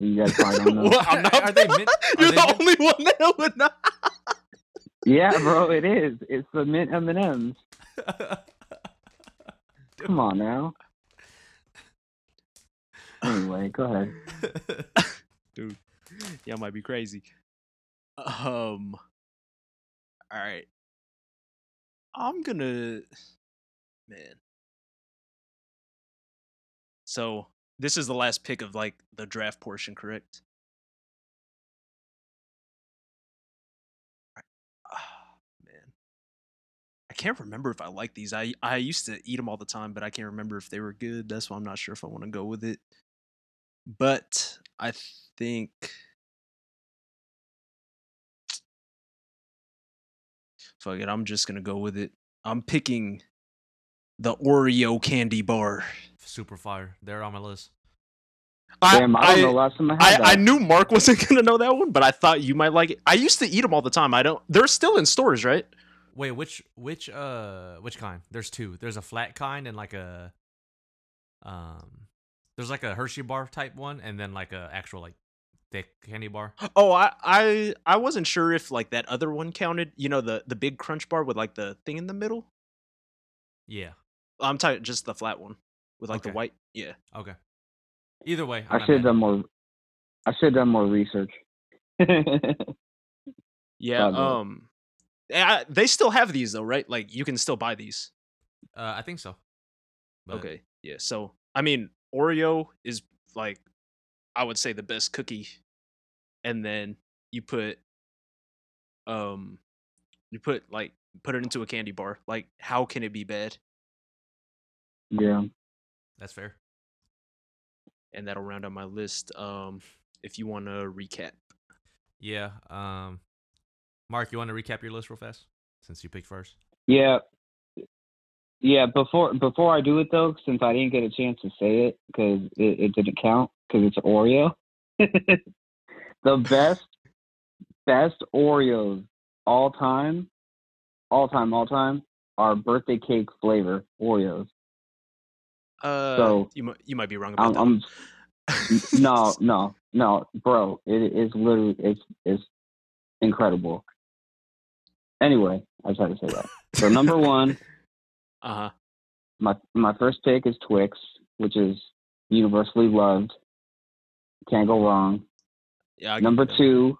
Speaker 2: You guys probably don't know.
Speaker 3: What? I'm not-
Speaker 1: Are they mint?
Speaker 3: You're
Speaker 1: they
Speaker 3: the
Speaker 1: mint?
Speaker 3: only one that would not.
Speaker 2: yeah, bro, it is. It's the mint M and M's. Come on now. Anyway, go ahead.
Speaker 3: Y'all might be crazy. Um. All right. I'm gonna, man. So this is the last pick of like the draft portion, correct? Ah, man, I can't remember if I like these. I I used to eat them all the time, but I can't remember if they were good. That's why I'm not sure if I want to go with it. But I think fuck it, I'm just gonna go with it. I'm picking the Oreo candy bar.
Speaker 1: Super fire. They're on my list.
Speaker 2: Damn, I don't know last time I
Speaker 3: I,
Speaker 2: had that.
Speaker 3: I knew Mark wasn't gonna know that one, but I thought you might like it. I used to eat them all the time. I don't. They're still in stores, right?
Speaker 1: Wait, which which uh which kind? There's two. There's a flat kind and like a um there's like a Hershey bar type one and then like a actual like thick candy bar.
Speaker 3: Oh, I, I, I wasn't sure if like that other one counted. You know, the the big crunch bar with like the thing in the middle.
Speaker 1: Yeah.
Speaker 3: I'm talking just the flat one with like the
Speaker 1: Okay.
Speaker 3: white. Yeah.
Speaker 1: Okay. Either way, I'm
Speaker 2: I
Speaker 1: not
Speaker 2: should have
Speaker 1: mad.
Speaker 2: done more. I should have done more research.
Speaker 3: Yeah.
Speaker 2: Probably.
Speaker 3: Um, I, they still have these though, right? Like you can still buy these.
Speaker 1: Uh, I think so. But-
Speaker 3: Okay. Yeah. So I mean, Oreo is like I would say the best cookie, and then you put um you put like put it into a candy bar. Like how can it be bad?
Speaker 2: yeah.
Speaker 1: That's fair.
Speaker 3: And that'll round out my list. Um, if you want to recap,
Speaker 1: Yeah. Um, Mark, you want to recap your list real fast since you picked first?
Speaker 2: Yeah. Yeah. Before before I do it though, since I didn't get a chance to say it because it, it didn't count because it's Oreo. the best best Oreos all time, all time, all time are birthday cake flavor Oreos.
Speaker 3: uh,
Speaker 2: So-
Speaker 3: you might you might be wrong about
Speaker 2: I'm,
Speaker 3: that.
Speaker 2: I'm
Speaker 3: one.
Speaker 2: no, no, no, bro. It is literally it's it's incredible. Anyway, I just had to say that. So number one,
Speaker 3: uh-huh.
Speaker 2: my my first pick is Twix, which is universally loved. Can't go wrong.
Speaker 3: Yeah. I give
Speaker 2: Number
Speaker 3: you that.
Speaker 2: two,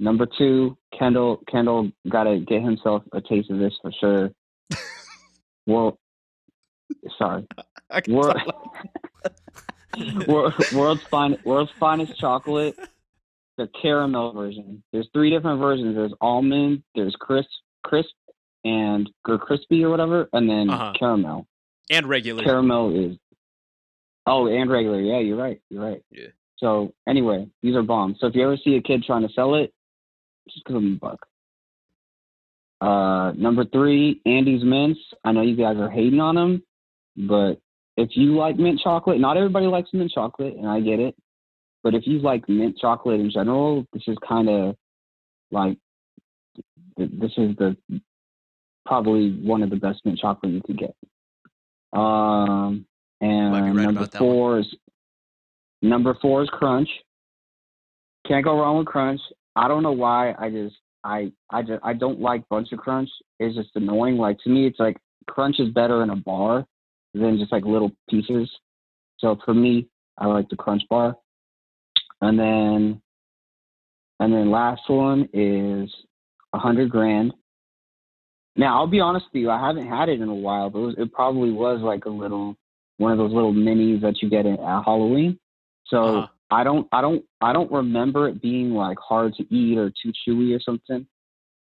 Speaker 2: number two, Kendall Kendall gotta get himself a taste of this for sure. World, sorry,
Speaker 3: I can
Speaker 2: world,
Speaker 3: tell.
Speaker 2: world, world's fine, world's finest chocolate, the caramel version. There's three different versions. There's almond, there's crisp, crisp, and or crispy or whatever, and then
Speaker 3: Uh-huh.
Speaker 2: caramel.
Speaker 3: and regular.
Speaker 2: Caramel is. Oh, and regular. Yeah, you're right. You're right.
Speaker 3: Yeah.
Speaker 2: So anyway, these are bombs. So if you ever see a kid trying to sell it, just give them a buck. Uh, number three, Andy's mints. I know you guys are hating on them, but if you like mint chocolate, not everybody likes mint chocolate, and I get it. But if you like mint chocolate in general, this is kind of like th- this is the probably one of the best mint chocolate you could get. Um, and
Speaker 4: Might be right
Speaker 2: number
Speaker 4: about that one.
Speaker 2: four is number four is crunch. Can't go wrong with crunch. I don't know why. I just I I just I don't like bunch of crunch. It's just annoying. Like to me, it's like crunch is better in a bar than just like little pieces. So for me, I like the crunch bar. And then and then last one is a hundred grand. Now I'll be honest with you, I haven't had it in a while, but it, was, it probably was like a little one of those little minis that you get at at Halloween. So
Speaker 3: Uh-huh.
Speaker 2: I don't I don't I don't remember it being like hard to eat or too chewy or something.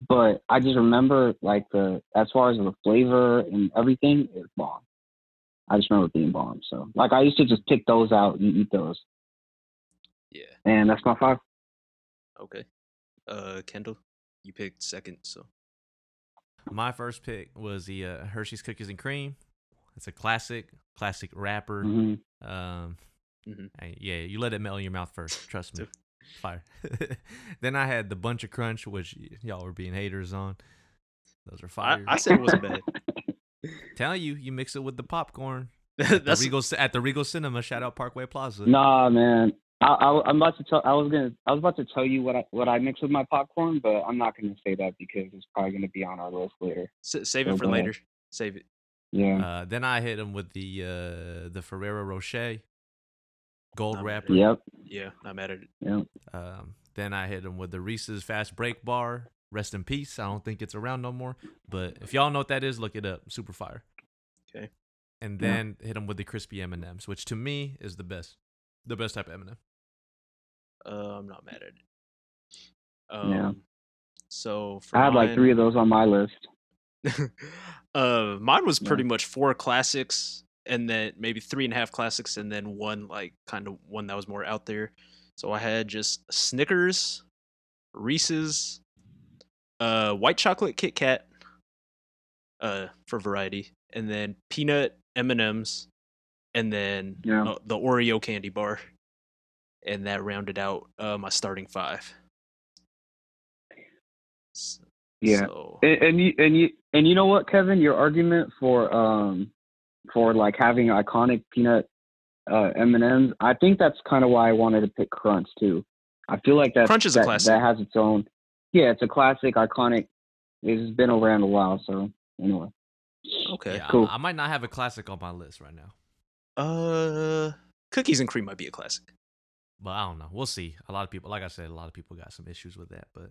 Speaker 2: But I just remember like the as far as the flavor and everything, it was bomb. I just remember it being bomb. So like I used to just pick those out and eat those.
Speaker 3: Yeah.
Speaker 2: And that's my five.
Speaker 3: Okay. Uh, Kendall, you picked second, so
Speaker 1: My first pick was the uh, Hershey's Cookies and Cream. It's a classic, classic wrapper.
Speaker 2: Mhm.
Speaker 3: Mm-hmm.
Speaker 1: Um,
Speaker 3: Mhm.
Speaker 1: I- yeah, you let it melt in your mouth first. Trust me,
Speaker 3: Dude.
Speaker 1: fire. then I had the bunch of crunch, which y- y'all were being haters on. Those are
Speaker 3: I,
Speaker 1: fire.
Speaker 3: I said it was bad.
Speaker 1: Telling you, you mix it with the popcorn. At the
Speaker 3: That's
Speaker 1: Regal Ci- at the Regal Cinema. Shout out Parkway Plaza.
Speaker 2: Nah, man. I, I, am about to tell. I was gonna. I was about to tell you what I what I mix with my popcorn, but I'm not gonna say that because it's probably gonna be on our list later.
Speaker 3: sa- save
Speaker 2: so
Speaker 3: it for
Speaker 2: bad.
Speaker 3: later. Save it.
Speaker 2: Yeah.
Speaker 1: Uh, then I hit him with the uh, the Ferrero Rocher gold
Speaker 3: Not bad.
Speaker 1: wrapper.
Speaker 2: yep.
Speaker 3: Yeah, I'm mad at it.
Speaker 2: Yep.
Speaker 1: Um, then I hit him with the Reese's Fast Break Bar. Rest in peace. I don't think it's around no more. But if y'all know what that is, look it up. Super fire.
Speaker 3: Okay.
Speaker 1: And
Speaker 2: Yeah.
Speaker 1: then hit him with the crispy M and M's, which to me is the best, the best type of M and m
Speaker 3: Uh, I'm not mad at it. Um,
Speaker 2: Yeah.
Speaker 3: So for
Speaker 2: I had like
Speaker 3: mine-
Speaker 2: three of those on my list.
Speaker 3: uh, mine was
Speaker 2: Yeah.
Speaker 3: pretty much four classics, and then maybe three and a half classics, and then one like kind of one that was more out there. So I had just Snickers, Reese's, uh, white chocolate Kit Kat, uh, for variety, and then peanut M and M's, and then
Speaker 2: Yeah.
Speaker 3: uh, the Oreo candy bar, and that rounded out uh, my starting five. S-
Speaker 2: Yeah.
Speaker 3: So,
Speaker 2: And, and you and you and you know what, Kevin? Your argument for um for like having iconic peanut uh, M and M's. I think that's kind of why I wanted to pick Crunch too. I feel like that
Speaker 3: Crunch is a
Speaker 2: that,
Speaker 3: classic.
Speaker 2: that has its own. Yeah, it's a classic, iconic. It's been around a while, so anyway.
Speaker 3: okay.
Speaker 1: Yeah,
Speaker 2: Cool.
Speaker 1: I, I might not have a classic on my list right now,
Speaker 3: Uh, cookies and cream might be a classic.
Speaker 1: but I don't know. We'll see. A lot of people, like I said, a lot of people got some issues with that. But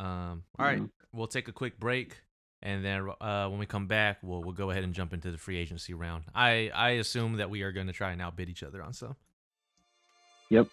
Speaker 1: um, all right,
Speaker 2: Mhm.
Speaker 1: we'll take a quick break, and then uh, when we come back, we'll we'll go ahead and jump into the free agency round. I I assume that we are going to try and outbid each other on some.
Speaker 2: Yep.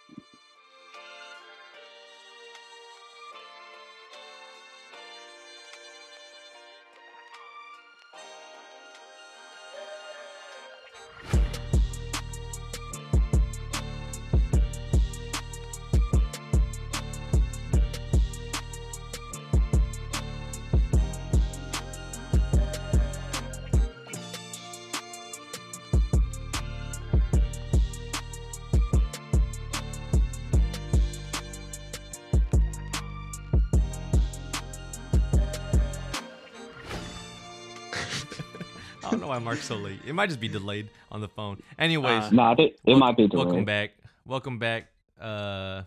Speaker 1: I don't know why Mark's so late. It might just be delayed on the phone. Anyways,
Speaker 3: Uh,
Speaker 2: Nah, it, it
Speaker 1: wel-
Speaker 2: might be delayed.
Speaker 1: Welcome back. Welcome back. Uh,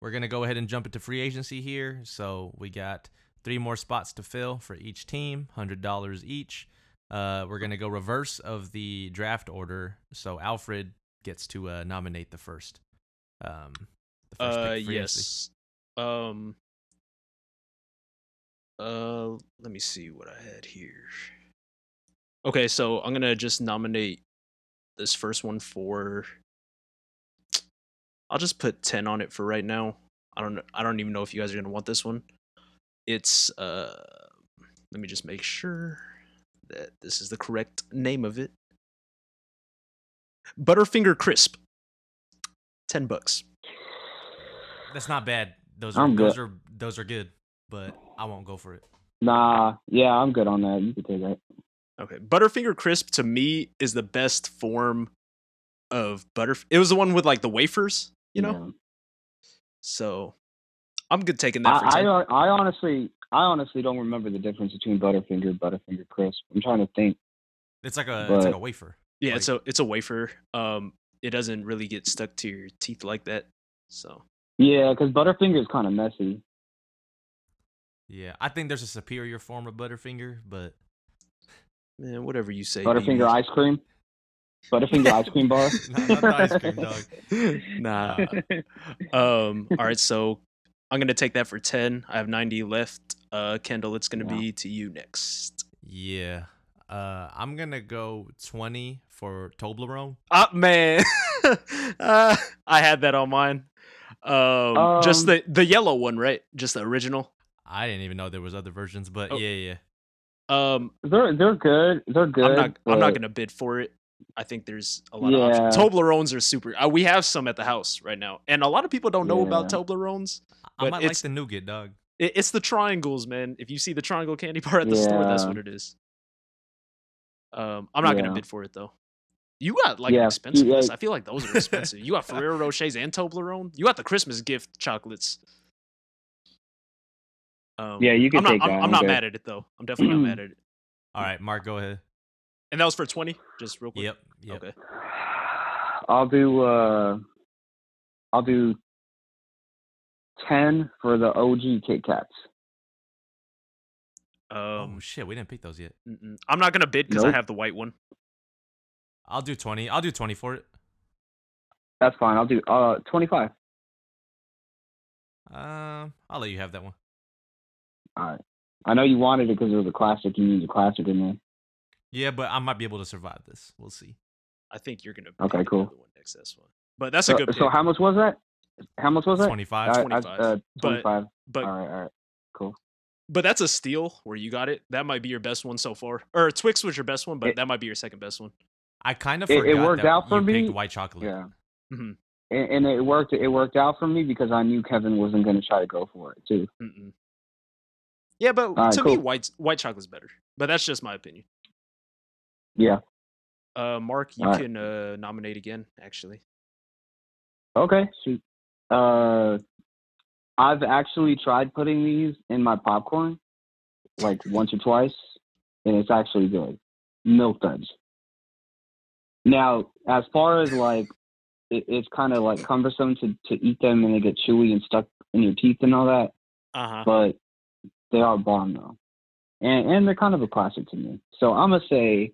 Speaker 1: we're gonna go ahead and jump into free agency here. So we got three more spots to fill for each team, hundred dollars each. Uh, we're gonna go reverse of the draft order. So Alfred gets to uh, nominate the first. Um, the first
Speaker 3: Uh,
Speaker 1: pick for agency.
Speaker 3: yes. Um. Uh, let me see what I had here. Okay, so I'm gonna just nominate this first one for. I'll just put ten on it for right now. I don't. kn- I don't even know if you guys are gonna want this one. It's uh. Let me just make sure that this is the correct name of it. Butterfinger Crisp. Ten bucks.
Speaker 1: That's not bad. Those are
Speaker 2: I'm
Speaker 1: those are those are good, but I won't go for it.
Speaker 2: Nah, yeah, I'm good on that. You can take that.
Speaker 3: Okay, Butterfinger crisp to me is the best form of butter. It was the one with like the wafers, you know.
Speaker 2: Yeah.
Speaker 3: So I'm good taking that. for
Speaker 2: I, I,
Speaker 3: 10.
Speaker 2: I honestly I honestly don't remember the difference between Butterfinger and Butterfinger Crisp. I'm trying to think.
Speaker 1: It's like a it's like
Speaker 2: But-
Speaker 1: a wafer.
Speaker 3: yeah,
Speaker 1: like-
Speaker 3: so it's a wafer. Um, it doesn't really get stuck to your teeth like that. So
Speaker 2: Yeah, because Butterfinger is kind of messy.
Speaker 1: Yeah, I think there's a superior form of Butterfinger, but
Speaker 3: man, whatever you say.
Speaker 2: Butterfinger ice cream. Butterfinger ice cream bar.
Speaker 1: Not- not the ice cream, dog.
Speaker 3: ice. nah. Um. All right. So I'm gonna take that for ten. I have ninety left. Uh, Kendall, it's gonna
Speaker 2: Wow.
Speaker 3: be to you next.
Speaker 1: yeah. Uh, I'm gonna go 20 for Toblerone.
Speaker 3: Ah, man. uh, I had that on mine. Um,
Speaker 2: Um,
Speaker 3: just the the yellow one, right? Just the original.
Speaker 1: I didn't even know there was other versions, but
Speaker 3: Oh.
Speaker 1: yeah, yeah.
Speaker 3: Um,
Speaker 2: They're they're good. They're good.
Speaker 3: I'm not. I'm not
Speaker 2: but-
Speaker 3: gonna bid for it. I think there's a lot of
Speaker 2: Yeah.
Speaker 3: options. Toblerones are super. Uh, we have some at the house right now, and a lot of people don't know about
Speaker 2: Yeah.
Speaker 3: Toblerones.
Speaker 1: I
Speaker 3: But
Speaker 1: might like
Speaker 3: it's-
Speaker 1: the nougat, dog.
Speaker 3: It, it's the triangles, man. If you see the triangle candy bar at the store, that's
Speaker 2: Yeah.
Speaker 3: what it is. Um, I'm not
Speaker 2: Yeah.
Speaker 3: gonna bid for it though. You got like
Speaker 2: Yeah,
Speaker 3: expensive
Speaker 2: you-
Speaker 3: ones.
Speaker 2: uh,
Speaker 3: I feel like those are expensive. you got Ferrero Rochers and Toblerone. You got the Christmas gift chocolates. Um,
Speaker 2: Yeah, you can
Speaker 3: I'm not.
Speaker 2: take
Speaker 3: I'm,
Speaker 2: that.
Speaker 3: I'm
Speaker 2: I'm
Speaker 3: not
Speaker 2: good.
Speaker 3: mad at it though. I'm definitely not mad at it.
Speaker 1: All right, Mark, go ahead.
Speaker 3: And that was for twenty, just real quick.
Speaker 1: Yep. yep.
Speaker 3: Okay.
Speaker 2: I'll do uh I'll do ten for the OG Kit Kats.
Speaker 1: Oh
Speaker 3: Um,
Speaker 1: shit, we didn't pick those yet.
Speaker 3: Mm-mm. I'm not gonna bid because I
Speaker 2: Nope.
Speaker 3: have the white one.
Speaker 1: I'll do 20. I'll do 20 for it.
Speaker 2: That's fine. I'll do uh twenty five.
Speaker 1: Um, I'll let you have that one.
Speaker 2: I know you wanted it because it was a classic. You need a classic in there.
Speaker 1: Yeah, but I might be able to survive this. We'll see.
Speaker 3: I think you're gonna.
Speaker 2: Okay,
Speaker 3: bid
Speaker 2: cool.
Speaker 3: another One next, that's one. But that's
Speaker 2: so,
Speaker 3: a good.
Speaker 2: so
Speaker 3: pick.
Speaker 2: how much was that? How much was that?
Speaker 1: 25.
Speaker 2: I- I-
Speaker 3: 25,
Speaker 2: uh,
Speaker 3: but-
Speaker 2: 25.
Speaker 3: but
Speaker 2: all right, all right. Cool.
Speaker 3: but that's a steal where you got it. That might be your best one so far. Or Twix was your best one, but
Speaker 2: It-
Speaker 3: that might be your second best one.
Speaker 1: I kind of
Speaker 2: It- it
Speaker 1: forgot
Speaker 2: worked
Speaker 1: that
Speaker 2: out for
Speaker 1: you
Speaker 2: me.
Speaker 1: picked white chocolate.
Speaker 2: Yeah.
Speaker 3: Mhm.
Speaker 2: And, and it worked. It worked out for me because I knew Kevin wasn't going to try to go for it too.
Speaker 3: Mm-mm. Yeah, but
Speaker 2: right,
Speaker 3: to me,
Speaker 2: cool.
Speaker 3: white white chocolate's better. But that's just my opinion.
Speaker 2: Yeah.
Speaker 3: Uh, Mark, you
Speaker 2: All right.
Speaker 3: can uh, nominate again. Actually,
Speaker 2: Okay. Shoot. Uh, I've actually tried putting these in my popcorn, like once or twice, and it's actually good. Milk duds. Now, as far as like, it, it's kind of like cumbersome to to eat them, and they get chewy and stuck in your teeth and all that.
Speaker 3: uh huh.
Speaker 2: But they are bomb though, and and they're kind of a classic to me. So I'm gonna say,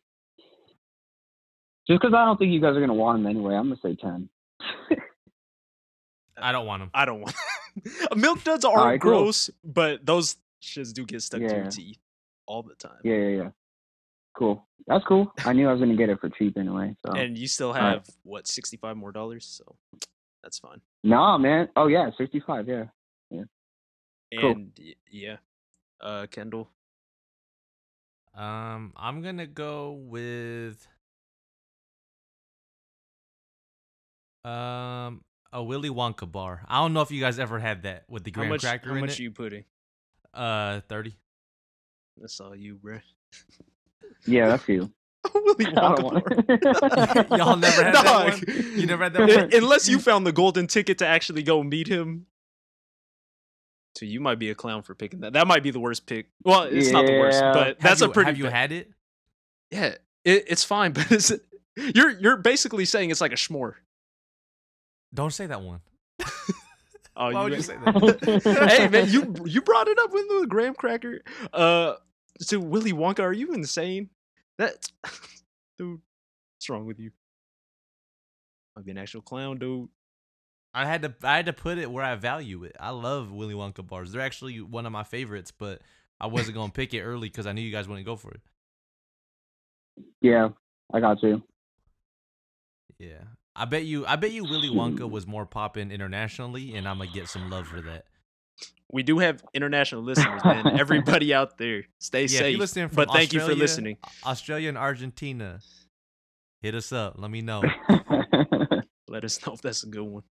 Speaker 2: just because I don't think you guys are gonna want them anyway, I'm gonna say ten.
Speaker 1: I don't want them.
Speaker 3: I don't want milk duds are
Speaker 2: right, cool.
Speaker 3: gross, but those shits do get stuck to your
Speaker 2: Yeah.
Speaker 3: teeth all the time.
Speaker 2: Yeah, yeah, yeah. Cool. That's cool. I knew I was gonna get it for cheap anyway. So
Speaker 3: and you still
Speaker 2: Alright.
Speaker 3: have what 65 more dollars so that's fine
Speaker 2: nah, man. Oh yeah, sixty five. Yeah. Cool.
Speaker 3: and y- yeah uh kendall
Speaker 1: Um, I'm gonna go with um a Willy Wonka bar. I don't know if you guys ever had that with the graham
Speaker 3: how much
Speaker 1: cracker
Speaker 3: how
Speaker 1: in
Speaker 3: much
Speaker 1: it.
Speaker 3: you putting
Speaker 1: Uh, thirty.
Speaker 3: that's all you bro
Speaker 2: Yeah, that's you.
Speaker 3: Willy
Speaker 2: I don't
Speaker 3: Wonka
Speaker 2: want
Speaker 3: bar.
Speaker 2: it.
Speaker 1: Y'all never had that
Speaker 3: Dog.
Speaker 1: one. You never had that one.
Speaker 3: Un- unless you found the golden ticket to actually go meet him so you might be a clown for picking that that might be the worst pick well it's not the worst
Speaker 2: Yeah.
Speaker 3: but
Speaker 1: Have
Speaker 3: that's
Speaker 1: you,
Speaker 3: a pretty
Speaker 1: Have you
Speaker 3: bad-
Speaker 1: had it?
Speaker 3: yeah it, it's fine but it's you're you're basically saying it's like a schmore
Speaker 1: Don't say that one.
Speaker 3: oh
Speaker 1: Why would
Speaker 3: ain't-
Speaker 1: you say that?
Speaker 3: hey man, you you brought it up with the graham cracker. Uh, so Willy Wonka, are you insane? That's dude, what's wrong with you? I'd be an actual clown, dude.
Speaker 1: I had to I had to put it where I value it. I love Willy Wonka bars. They're actually one of my favorites, but I wasn't gonna pick it early because I knew you guys wouldn't go for it.
Speaker 2: yeah, I got you.
Speaker 1: Yeah. I bet you I bet you Willy Wonka
Speaker 2: Shoot.
Speaker 1: was more poppin' internationally and I'm gonna get some love for that.
Speaker 3: We do have international listeners, man. Everybody out there, stay
Speaker 1: Yeah, if
Speaker 3: safe.
Speaker 1: you're listening from
Speaker 3: but thank you for
Speaker 1: Australia-
Speaker 3: listening.
Speaker 1: Australia and Argentina. Hit us up. Let me know.
Speaker 3: Let us know if that's a good one.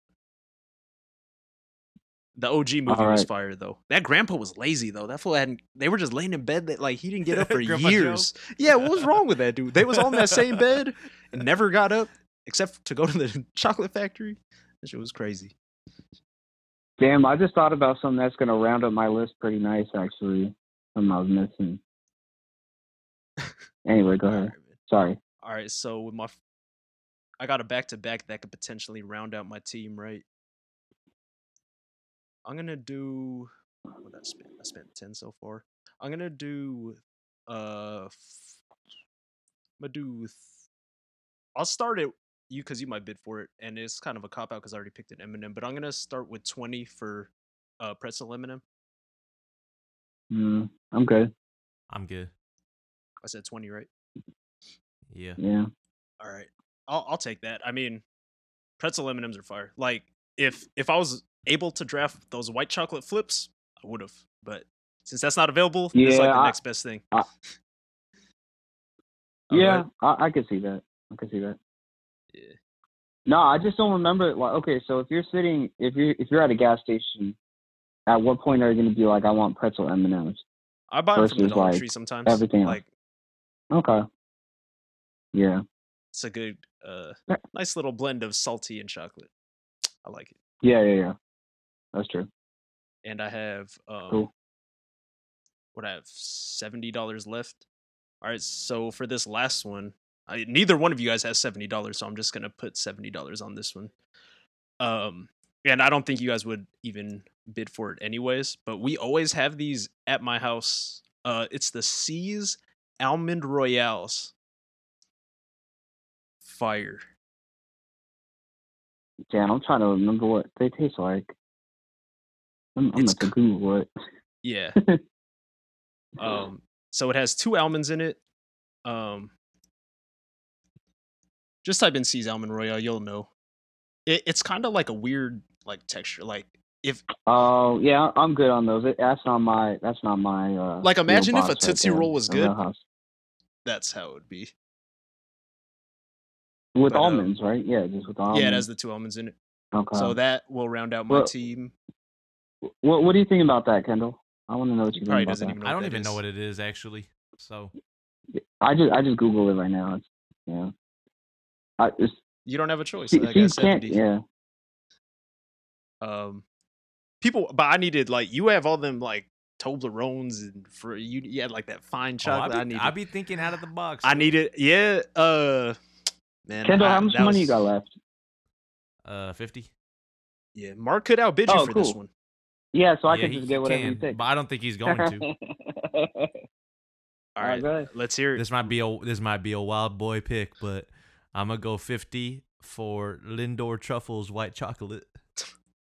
Speaker 3: The OG movie was
Speaker 2: right.
Speaker 3: fire though. That grandpa was lazy though. That fool hadn't. They were just laying in bed that like he didn't get up for
Speaker 1: Grandpa Joe?
Speaker 3: years. Yeah, what was wrong with that dude? They was on that same bed and never got up except to go to the chocolate factory. That shit was crazy.
Speaker 2: Damn, I just thought about something that's gonna round up my list pretty nice actually. Something I was missing. Anyway, go
Speaker 3: All right,
Speaker 2: ahead.
Speaker 3: man.
Speaker 2: Sorry.
Speaker 3: All right, so with my, f- I got a back to back that could potentially round out my team, right? I'm gonna do. What did I spent? I spent ten so far. I'm gonna do. Uh, f- I'm gonna do. Th- I'll start it you because you might bid for it, and it's kind of a cop out because I already picked an Eminem. But I'm gonna start with twenty for, uh, pretzel Eminem.
Speaker 2: Mm, I'm good.
Speaker 1: I'm good.
Speaker 3: I said twenty, right?
Speaker 1: Yeah.
Speaker 2: Yeah.
Speaker 3: All right, I'll I'll take that. I mean, pretzel M and M's are fire. Like if if I was able to draft those white chocolate flips, I would have. But since that's not available, it's like
Speaker 2: Yeah,
Speaker 3: the
Speaker 2: I-
Speaker 3: next best thing.
Speaker 2: I-
Speaker 3: All
Speaker 2: yeah,
Speaker 3: right.
Speaker 2: I, I could see that. I could see that.
Speaker 3: Yeah.
Speaker 2: No, I just don't remember. Like, okay, so if you're sitting, if you are if you're at a gas station, at what point are you going to be like, I want pretzel M and M's?
Speaker 3: I buy them from the
Speaker 2: versus,
Speaker 3: Dollar
Speaker 2: like,
Speaker 3: Tree sometimes.
Speaker 2: everything else.
Speaker 3: like
Speaker 2: Okay. Yeah.
Speaker 3: it's a good, uh,
Speaker 2: Yeah.
Speaker 3: nice little blend of salty and chocolate. I like it.
Speaker 2: Yeah. Yeah. Yeah. That's true.
Speaker 3: and I have um
Speaker 2: Cool.
Speaker 3: what I have seventy dollars left. All right, so for this last one, I, neither one of you guys has seventy dollars, so I'm just gonna put seventy dollars on this one. Um, and I don't think you guys would even bid for it anyways. But we always have these at my house. Uh, it's the C's Almond Royales. Fire.
Speaker 2: Dan, I'm trying to remember what they taste like. I'm, I'm
Speaker 3: It's
Speaker 2: going to Google it.
Speaker 3: Yeah. um so it has two almonds in it. Um just type in C's almond royale, you'll know. It, it's kind of like a weird like texture. Like if
Speaker 2: Oh yeah, I'm good on those. It, that's not my. That's not my. Uh,
Speaker 3: Like,
Speaker 2: real
Speaker 3: imagine if a
Speaker 2: boss right
Speaker 3: Tootsie
Speaker 2: there,
Speaker 3: Roll was
Speaker 2: the real
Speaker 3: good.
Speaker 2: house.
Speaker 3: that's how it would be.
Speaker 2: with
Speaker 3: But, uh,
Speaker 2: almonds, right? Yeah, just with almonds.
Speaker 3: yeah, it has the two almonds in it.
Speaker 2: okay.
Speaker 3: So that will round out my
Speaker 2: Um, Well,
Speaker 3: team.
Speaker 2: What What do you think about that, Kendall? I want to know what
Speaker 3: He
Speaker 2: you
Speaker 3: probably
Speaker 2: think about
Speaker 3: doesn't
Speaker 2: that.
Speaker 3: even know.
Speaker 1: I
Speaker 3: what
Speaker 1: don't
Speaker 3: that
Speaker 1: even know
Speaker 3: is.
Speaker 1: what it is actually. So oh,
Speaker 2: I just I just Google it right now. It's, yeah. I it's,
Speaker 3: You don't have a choice.
Speaker 2: see,
Speaker 3: like
Speaker 2: see,
Speaker 3: I
Speaker 2: you
Speaker 3: said,
Speaker 2: can't.
Speaker 3: D.
Speaker 2: Yeah.
Speaker 3: um people but i needed like you have all them like toblerones and for you you had like that fine
Speaker 1: oh, I,
Speaker 3: chocolate
Speaker 1: be,
Speaker 3: i needed
Speaker 1: I be thinking out of the box.
Speaker 3: i needed yeah uh man
Speaker 2: Kendall,
Speaker 3: I-
Speaker 2: how much
Speaker 3: that
Speaker 2: money you
Speaker 3: was-
Speaker 2: got left?
Speaker 1: uh, fifty.
Speaker 3: yeah mark could outbid you
Speaker 2: Oh,
Speaker 3: for this
Speaker 2: cool.
Speaker 3: one
Speaker 2: Yeah, so I
Speaker 1: Yeah,
Speaker 2: could
Speaker 1: he
Speaker 2: just get whatever
Speaker 1: can,
Speaker 2: you pick.
Speaker 1: But I don't think he's going to.
Speaker 3: all right
Speaker 2: go ahead.
Speaker 3: let's hear it
Speaker 1: this might be a this might be a wild boy pick, but I'm gonna go fifty for Lindor Truffles white chocolate.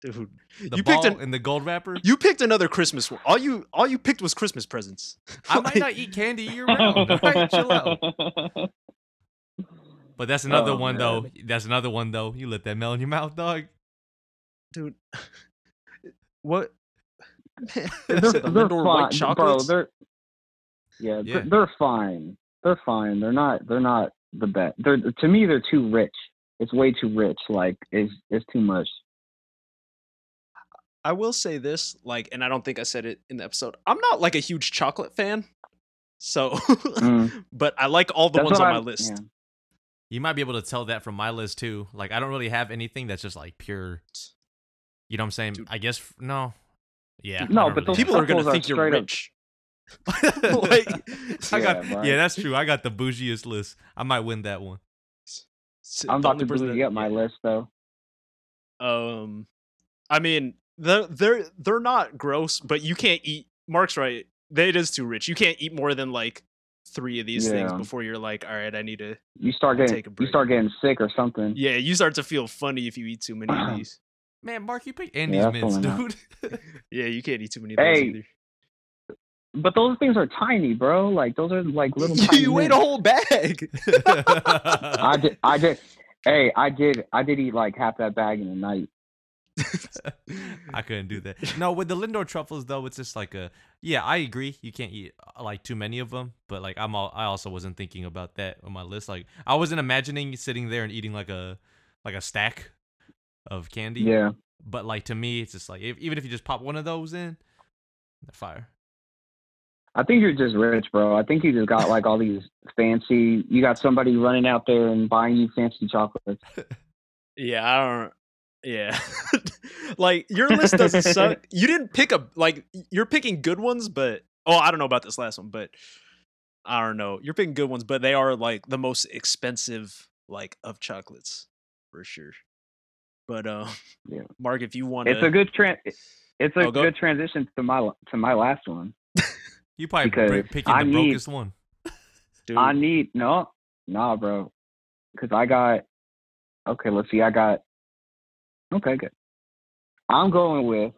Speaker 3: dude
Speaker 1: The
Speaker 3: you
Speaker 1: ball
Speaker 3: picked an
Speaker 1: and the gold wrapper.
Speaker 3: you picked another christmas one all you all you picked was christmas presents
Speaker 1: I might not eat candy year round. all right? Chill out. But that's another
Speaker 2: Oh,
Speaker 1: one
Speaker 2: man.
Speaker 1: though. That's another one though. You let that melt in your mouth, dog.
Speaker 3: dude what Man, I
Speaker 2: They're,
Speaker 3: said the
Speaker 2: they're
Speaker 3: Lindor
Speaker 2: fine, bro.
Speaker 3: white chocolates.
Speaker 2: They're yeah,
Speaker 1: Yeah.
Speaker 2: They're, they're fine. They're fine. They're not. They're not the best. They're to me. They're too rich. It's way too rich. Like it's it's too much.
Speaker 3: I will say this, like, and I don't think I said it in the episode. I'm not like a huge chocolate fan, so,
Speaker 2: Mm.
Speaker 3: but I like all the
Speaker 2: That's
Speaker 3: ones
Speaker 2: what
Speaker 3: on
Speaker 2: I-
Speaker 3: my list.
Speaker 2: yeah.
Speaker 1: You might be able to tell that from my list too. Like I don't really have anything that's just like pure. You know what I'm saying?
Speaker 3: Dude.
Speaker 1: I guess f- no. Yeah. I
Speaker 2: No,
Speaker 1: don't
Speaker 2: but those
Speaker 1: really
Speaker 3: People are gonna
Speaker 2: Truffles are
Speaker 3: think you're
Speaker 2: straight up-
Speaker 3: rich. like,
Speaker 1: I
Speaker 2: Yeah,
Speaker 1: got,
Speaker 2: right.
Speaker 1: yeah, that's true. I got the bougiest list. I might win that one.
Speaker 3: s-
Speaker 2: I'm
Speaker 3: the
Speaker 2: about
Speaker 3: only
Speaker 2: to
Speaker 3: person
Speaker 2: booty
Speaker 3: that-
Speaker 2: up my list though.
Speaker 3: Um, I mean, they're they're they're not gross, but you can't eat. Mark's right. They- It is too rich. You can't eat more than like three of these things
Speaker 2: Yeah.
Speaker 3: before you're like, all right, I need to.
Speaker 2: You start getting
Speaker 3: Take a
Speaker 2: you
Speaker 3: break.
Speaker 2: start getting sick or something.
Speaker 3: Yeah, you start to feel funny if you eat too many of these.
Speaker 1: Man, Mark, you picked Andy's
Speaker 2: that's
Speaker 1: mints,
Speaker 2: going
Speaker 1: dude.
Speaker 3: Yeah, you can't eat too many of those
Speaker 2: Hey,
Speaker 3: either.
Speaker 2: But those things are tiny, bro. Like those are like little. tiny
Speaker 3: you ate a
Speaker 2: mints.
Speaker 3: whole bag.
Speaker 2: I did. I did. Hey, I did. I did eat like half that bag in a night.
Speaker 1: I couldn't do that. No, with the Lindor truffles though, it's just like a yeah. I agree. You can't eat uh, like too many of them, but like I'm all, I also wasn't thinking about that on my list. Like I wasn't imagining sitting there and eating like a like a stack of candy.
Speaker 2: Yeah.
Speaker 1: But like to me, it's just like if, even if you just pop one of those in, they're fire.
Speaker 2: I think you're just rich, bro. I think you just got like all these fancy. You got somebody running out there and buying you fancy chocolates.
Speaker 3: yeah, I don't. Yeah. like your list doesn't suck. You didn't pick a like you're picking good ones, but oh, I don't know about this last one, but I don't know. You're picking good ones, but they are like the most expensive like of chocolates for sure. But uh,
Speaker 2: Yeah.
Speaker 3: Mark, if you want
Speaker 2: It's a good tran It's a
Speaker 3: Oh, go-
Speaker 2: good transition to my to my last one.
Speaker 1: You probably
Speaker 2: Because
Speaker 1: bri- picking
Speaker 2: I
Speaker 1: the
Speaker 2: need-
Speaker 1: brokest one.
Speaker 3: dude,
Speaker 2: I need no, nah, bro, because I got. Okay, let's see. I got. Okay, good. I'm going with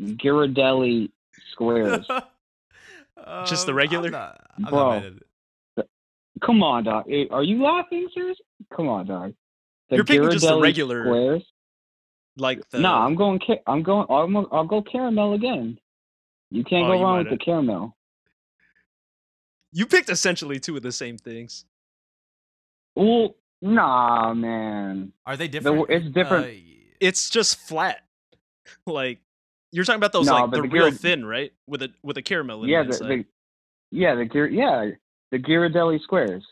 Speaker 2: Ghirardelli squares.
Speaker 3: Just the
Speaker 1: Um,
Speaker 3: regular?
Speaker 1: I'm not, I'm not
Speaker 2: Bro.
Speaker 1: mad at it.
Speaker 2: Come on, dog. Eh, Are you laughing, seriously? Come on, dog.
Speaker 3: You're picking just the
Speaker 2: Ghirardelli
Speaker 3: regular-
Speaker 2: squares.
Speaker 3: like the
Speaker 2: No, nah, I'm going. ca- I'm going. I'm, gonna- I'll go caramel again. You can't
Speaker 3: Oh,
Speaker 2: go
Speaker 3: you
Speaker 2: wrong
Speaker 3: might
Speaker 2: with the caramel.
Speaker 3: you picked essentially two of the same things.
Speaker 2: Well, nah, man.
Speaker 1: Are they different?
Speaker 2: it's different.
Speaker 1: Uh,
Speaker 3: It's just flat. like you're talking about those
Speaker 2: No,
Speaker 3: like
Speaker 2: but
Speaker 3: the,
Speaker 2: the
Speaker 3: real
Speaker 2: Ghirard-
Speaker 3: thin, right? With a with a caramel in
Speaker 2: Yeah,
Speaker 3: the
Speaker 2: the,
Speaker 3: inside.
Speaker 2: the yeah the Ghir- yeah the Ghirardelli squares.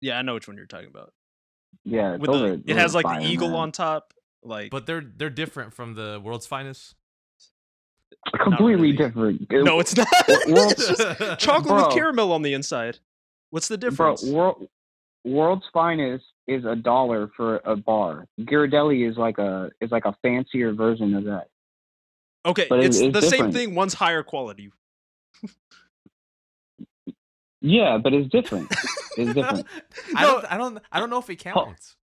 Speaker 3: Yeah, I know which one you're talking about.
Speaker 2: Yeah,
Speaker 3: With
Speaker 2: those
Speaker 3: the,
Speaker 2: are-
Speaker 3: it
Speaker 2: those
Speaker 3: has
Speaker 2: are
Speaker 3: like
Speaker 2: fire,
Speaker 3: the eagle
Speaker 2: man.
Speaker 3: on top. Like
Speaker 1: but they're they're different from the world's finest.
Speaker 2: Completely
Speaker 3: really.
Speaker 2: different.
Speaker 3: no, it's not.
Speaker 2: well-
Speaker 3: it's just chocolate with
Speaker 2: Bro.
Speaker 3: caramel on the inside. What's the
Speaker 2: bro.
Speaker 3: difference?
Speaker 2: World, world's finest is a dollar for a bar. Ghirardelli is like a is like a fancier version of that.
Speaker 3: okay,
Speaker 2: but it-
Speaker 3: it's,
Speaker 2: it's
Speaker 3: the same
Speaker 2: different.
Speaker 3: thing. One's higher quality.
Speaker 2: Yeah, but it's different. it's different.
Speaker 1: I
Speaker 3: No, Oh.
Speaker 1: don't I don't I don't know if it counts.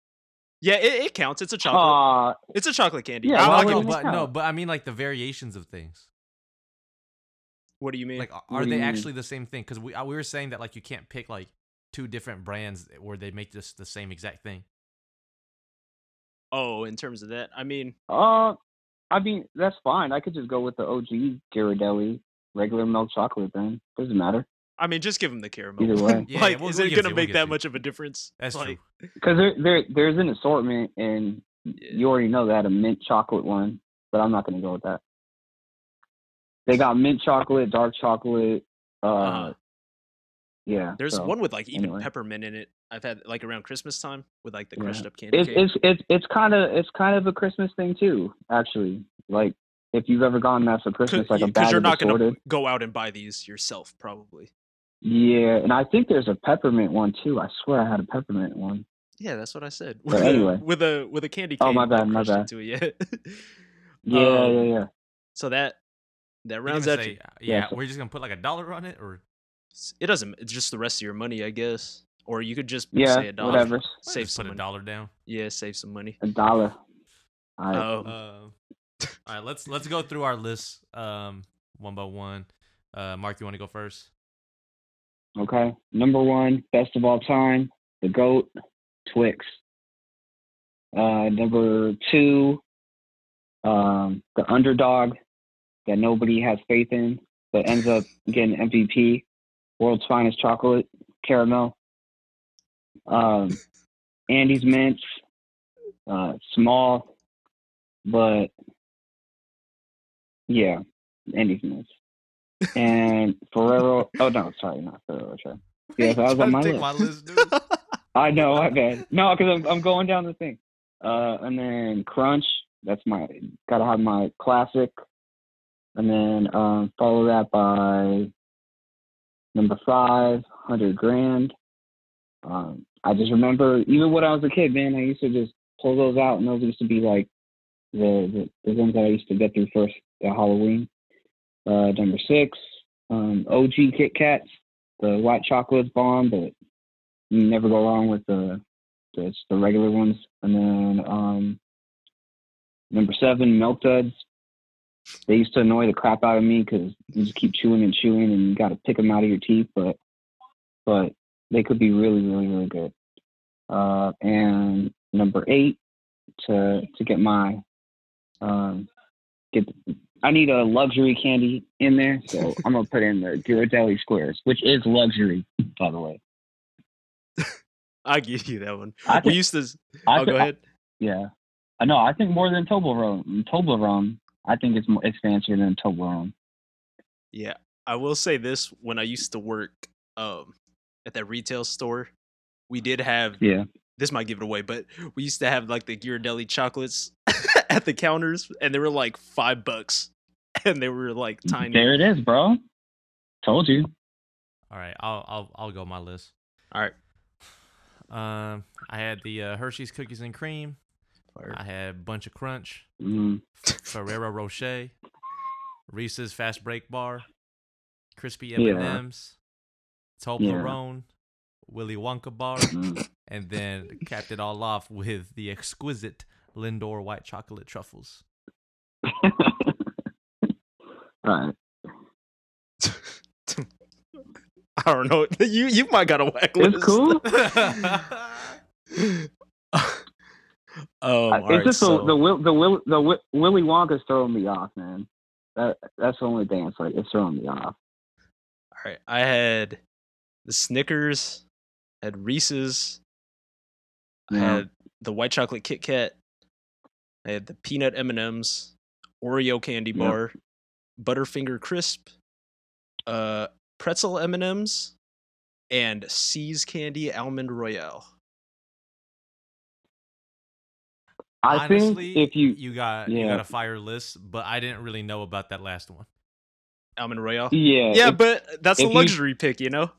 Speaker 3: yeah, it, it counts. It's a chocolate.
Speaker 2: Uh,
Speaker 3: it's a chocolate candy.
Speaker 2: yeah,
Speaker 3: I
Speaker 2: why
Speaker 3: like
Speaker 2: would
Speaker 3: it.
Speaker 1: no,
Speaker 2: it
Speaker 1: oh, but
Speaker 2: count?
Speaker 1: no, but I mean like the variations of things.
Speaker 3: What do you mean?
Speaker 1: Like are-
Speaker 2: What
Speaker 1: are
Speaker 2: do
Speaker 1: they
Speaker 2: you mean?
Speaker 1: actually the same thing? Because we I- we were saying that like you can't pick like two different brands where they make this the same exact thing.
Speaker 3: oh, in terms of that, I mean,
Speaker 2: uh, I mean that's fine. I could just go with the OG Ghirardelli regular milk chocolate. Then doesn't matter
Speaker 3: I mean, just give them the caramel.
Speaker 2: either way.
Speaker 1: Yeah,
Speaker 3: like,
Speaker 1: we'll-
Speaker 3: is
Speaker 1: we'll
Speaker 3: it
Speaker 1: give
Speaker 3: gonna
Speaker 1: you- we'll
Speaker 3: make
Speaker 1: give
Speaker 3: that
Speaker 1: you.
Speaker 3: much of a difference?
Speaker 1: That's
Speaker 3: Like,
Speaker 1: true.
Speaker 2: Because there, there, there's an assortment, and you already know that a mint chocolate one, but I'm not gonna go with that. They got mint chocolate, dark chocolate. Uh,
Speaker 3: Uh-huh.
Speaker 2: yeah.
Speaker 3: There's
Speaker 2: so.
Speaker 3: one with like even
Speaker 2: anyway.
Speaker 3: peppermint in it. I've had like around Christmas time with like the
Speaker 2: Yeah.
Speaker 3: crushed up candy.
Speaker 2: It's
Speaker 3: cane.
Speaker 2: it's it's it's kind of it's kind of a Christmas thing too, actually. Like if you've ever gotten that for Christmas, like a
Speaker 3: because
Speaker 2: bag
Speaker 3: you're
Speaker 2: of
Speaker 3: not gonna
Speaker 2: assorted.
Speaker 3: go out and buy these yourself, probably.
Speaker 2: Yeah, and I think there's a peppermint one too. I swear I had a peppermint one.
Speaker 3: Yeah, that's what I said.
Speaker 2: But
Speaker 3: With,
Speaker 2: anyway.
Speaker 3: a, with a with a candy cane.
Speaker 2: Oh, my
Speaker 3: like,
Speaker 2: bad, my
Speaker 3: crushed
Speaker 2: bad.
Speaker 3: into it, yeah.
Speaker 2: Yeah,
Speaker 3: Um,
Speaker 2: yeah, yeah.
Speaker 3: So that that
Speaker 1: You're
Speaker 3: rounds
Speaker 1: gonna
Speaker 3: out.
Speaker 1: say, uh,
Speaker 3: your-
Speaker 1: yeah,
Speaker 2: so-
Speaker 1: we're just gonna put like a dollar on it or
Speaker 3: It doesn't. It's just the rest of your money, I guess. Or you could just
Speaker 2: Yeah,
Speaker 3: say a dollar.
Speaker 2: whatever.
Speaker 1: Let's
Speaker 3: Save
Speaker 1: just
Speaker 3: some
Speaker 1: put a
Speaker 3: money.
Speaker 1: dollar down.
Speaker 3: Yeah, save some money.
Speaker 2: A dollar. All right.
Speaker 3: Um,
Speaker 1: Um, all right, let's let's go through our list um, one by one. Uh, Mark, you want to go first?
Speaker 2: Okay. Number one, best of all time, the GOAT, Twix. Uh, number two, um, the underdog that nobody has faith in, but ends up getting MVP, world's finest chocolate, caramel. Um, Andy's Mints, uh, small, but yeah, Andy's Mints. And Ferrero, oh no, sorry, not Ferrero Rocher. Yeah, that was
Speaker 1: Trying to
Speaker 2: on my
Speaker 1: take
Speaker 2: list.
Speaker 1: my list, dude.
Speaker 2: I know, I bet. No, because I'm I'm going down the thing. Uh, and then crunch. That's my gotta have my classic. And then um, follow that by number five, hundred grand. Um, I just remember even when I was a kid, man, I used to just pull those out, and those used to be like the the, the ones that I used to get through first at Halloween. Uh, number six, um, OG Kit Kats, the white chocolate's bomb, but you never go wrong with the the, the regular ones. And then um, number seven, milk duds. They used to annoy the crap out of me because you just keep chewing and chewing, and you got to pick them out of your teeth. But but they could be really, really, really good. Uh, and number eight, to to get my um, get. I need a luxury candy in there, so I'm gonna put in the Ghirardelli squares, which is luxury, by the way.
Speaker 3: I give you that one.
Speaker 2: I
Speaker 3: We
Speaker 2: think,
Speaker 3: used to.
Speaker 2: I
Speaker 3: oh,
Speaker 2: thi-
Speaker 3: go ahead.
Speaker 2: Yeah. Uh, No, I think more than Toblerone. Toblerone, I think it's more, it's fancier than Toblerone.
Speaker 3: Yeah, I will say this: when I used to work um, at that retail store, we did have
Speaker 2: Yeah.
Speaker 3: this might give it away, but we used to have like the Ghirardelli chocolates at the counters, and they were like five bucks, and they were like tiny.
Speaker 2: There it is, bro. Told you.
Speaker 1: All right, I'll I'll I'll go my list.
Speaker 3: All right.
Speaker 1: Um, I had the uh, Hershey's cookies and cream.
Speaker 3: Fire.
Speaker 1: I had bunch of crunch,
Speaker 2: Mm.
Speaker 1: Ferrero Rocher, Reese's fast break bar, crispy M
Speaker 2: Yeah.
Speaker 1: and M's, Toblerone, Willy Wonka bar,
Speaker 2: mm.
Speaker 1: and then capped it all off with the exquisite Lindor white chocolate truffles.
Speaker 2: All right.
Speaker 3: I don't know. You you might got a whack list.
Speaker 2: It's cool.
Speaker 3: Oh, Um,
Speaker 2: I- it's just the, the will the will the Wi- Willy Wonka's throwing me off, man. That that's the only thing. It's like it's throwing me off.
Speaker 3: All right, I had the Snickers, I had Reese's, I
Speaker 2: Yeah.
Speaker 3: had the white chocolate Kit Kat, I had the peanut M and M's, Oreo candy
Speaker 2: Yep.
Speaker 3: bar, Butterfinger crisp, uh, pretzel M and M's, and C's candy almond royale.
Speaker 2: I
Speaker 1: Honestly,
Speaker 2: think if you,
Speaker 1: you got you
Speaker 2: Yeah.
Speaker 1: got a fire list, but I didn't really know about that last one.
Speaker 3: Almond royale.
Speaker 2: yeah
Speaker 3: Yeah,
Speaker 2: if-
Speaker 3: but that's the
Speaker 2: if you-
Speaker 3: luxury pick, you know.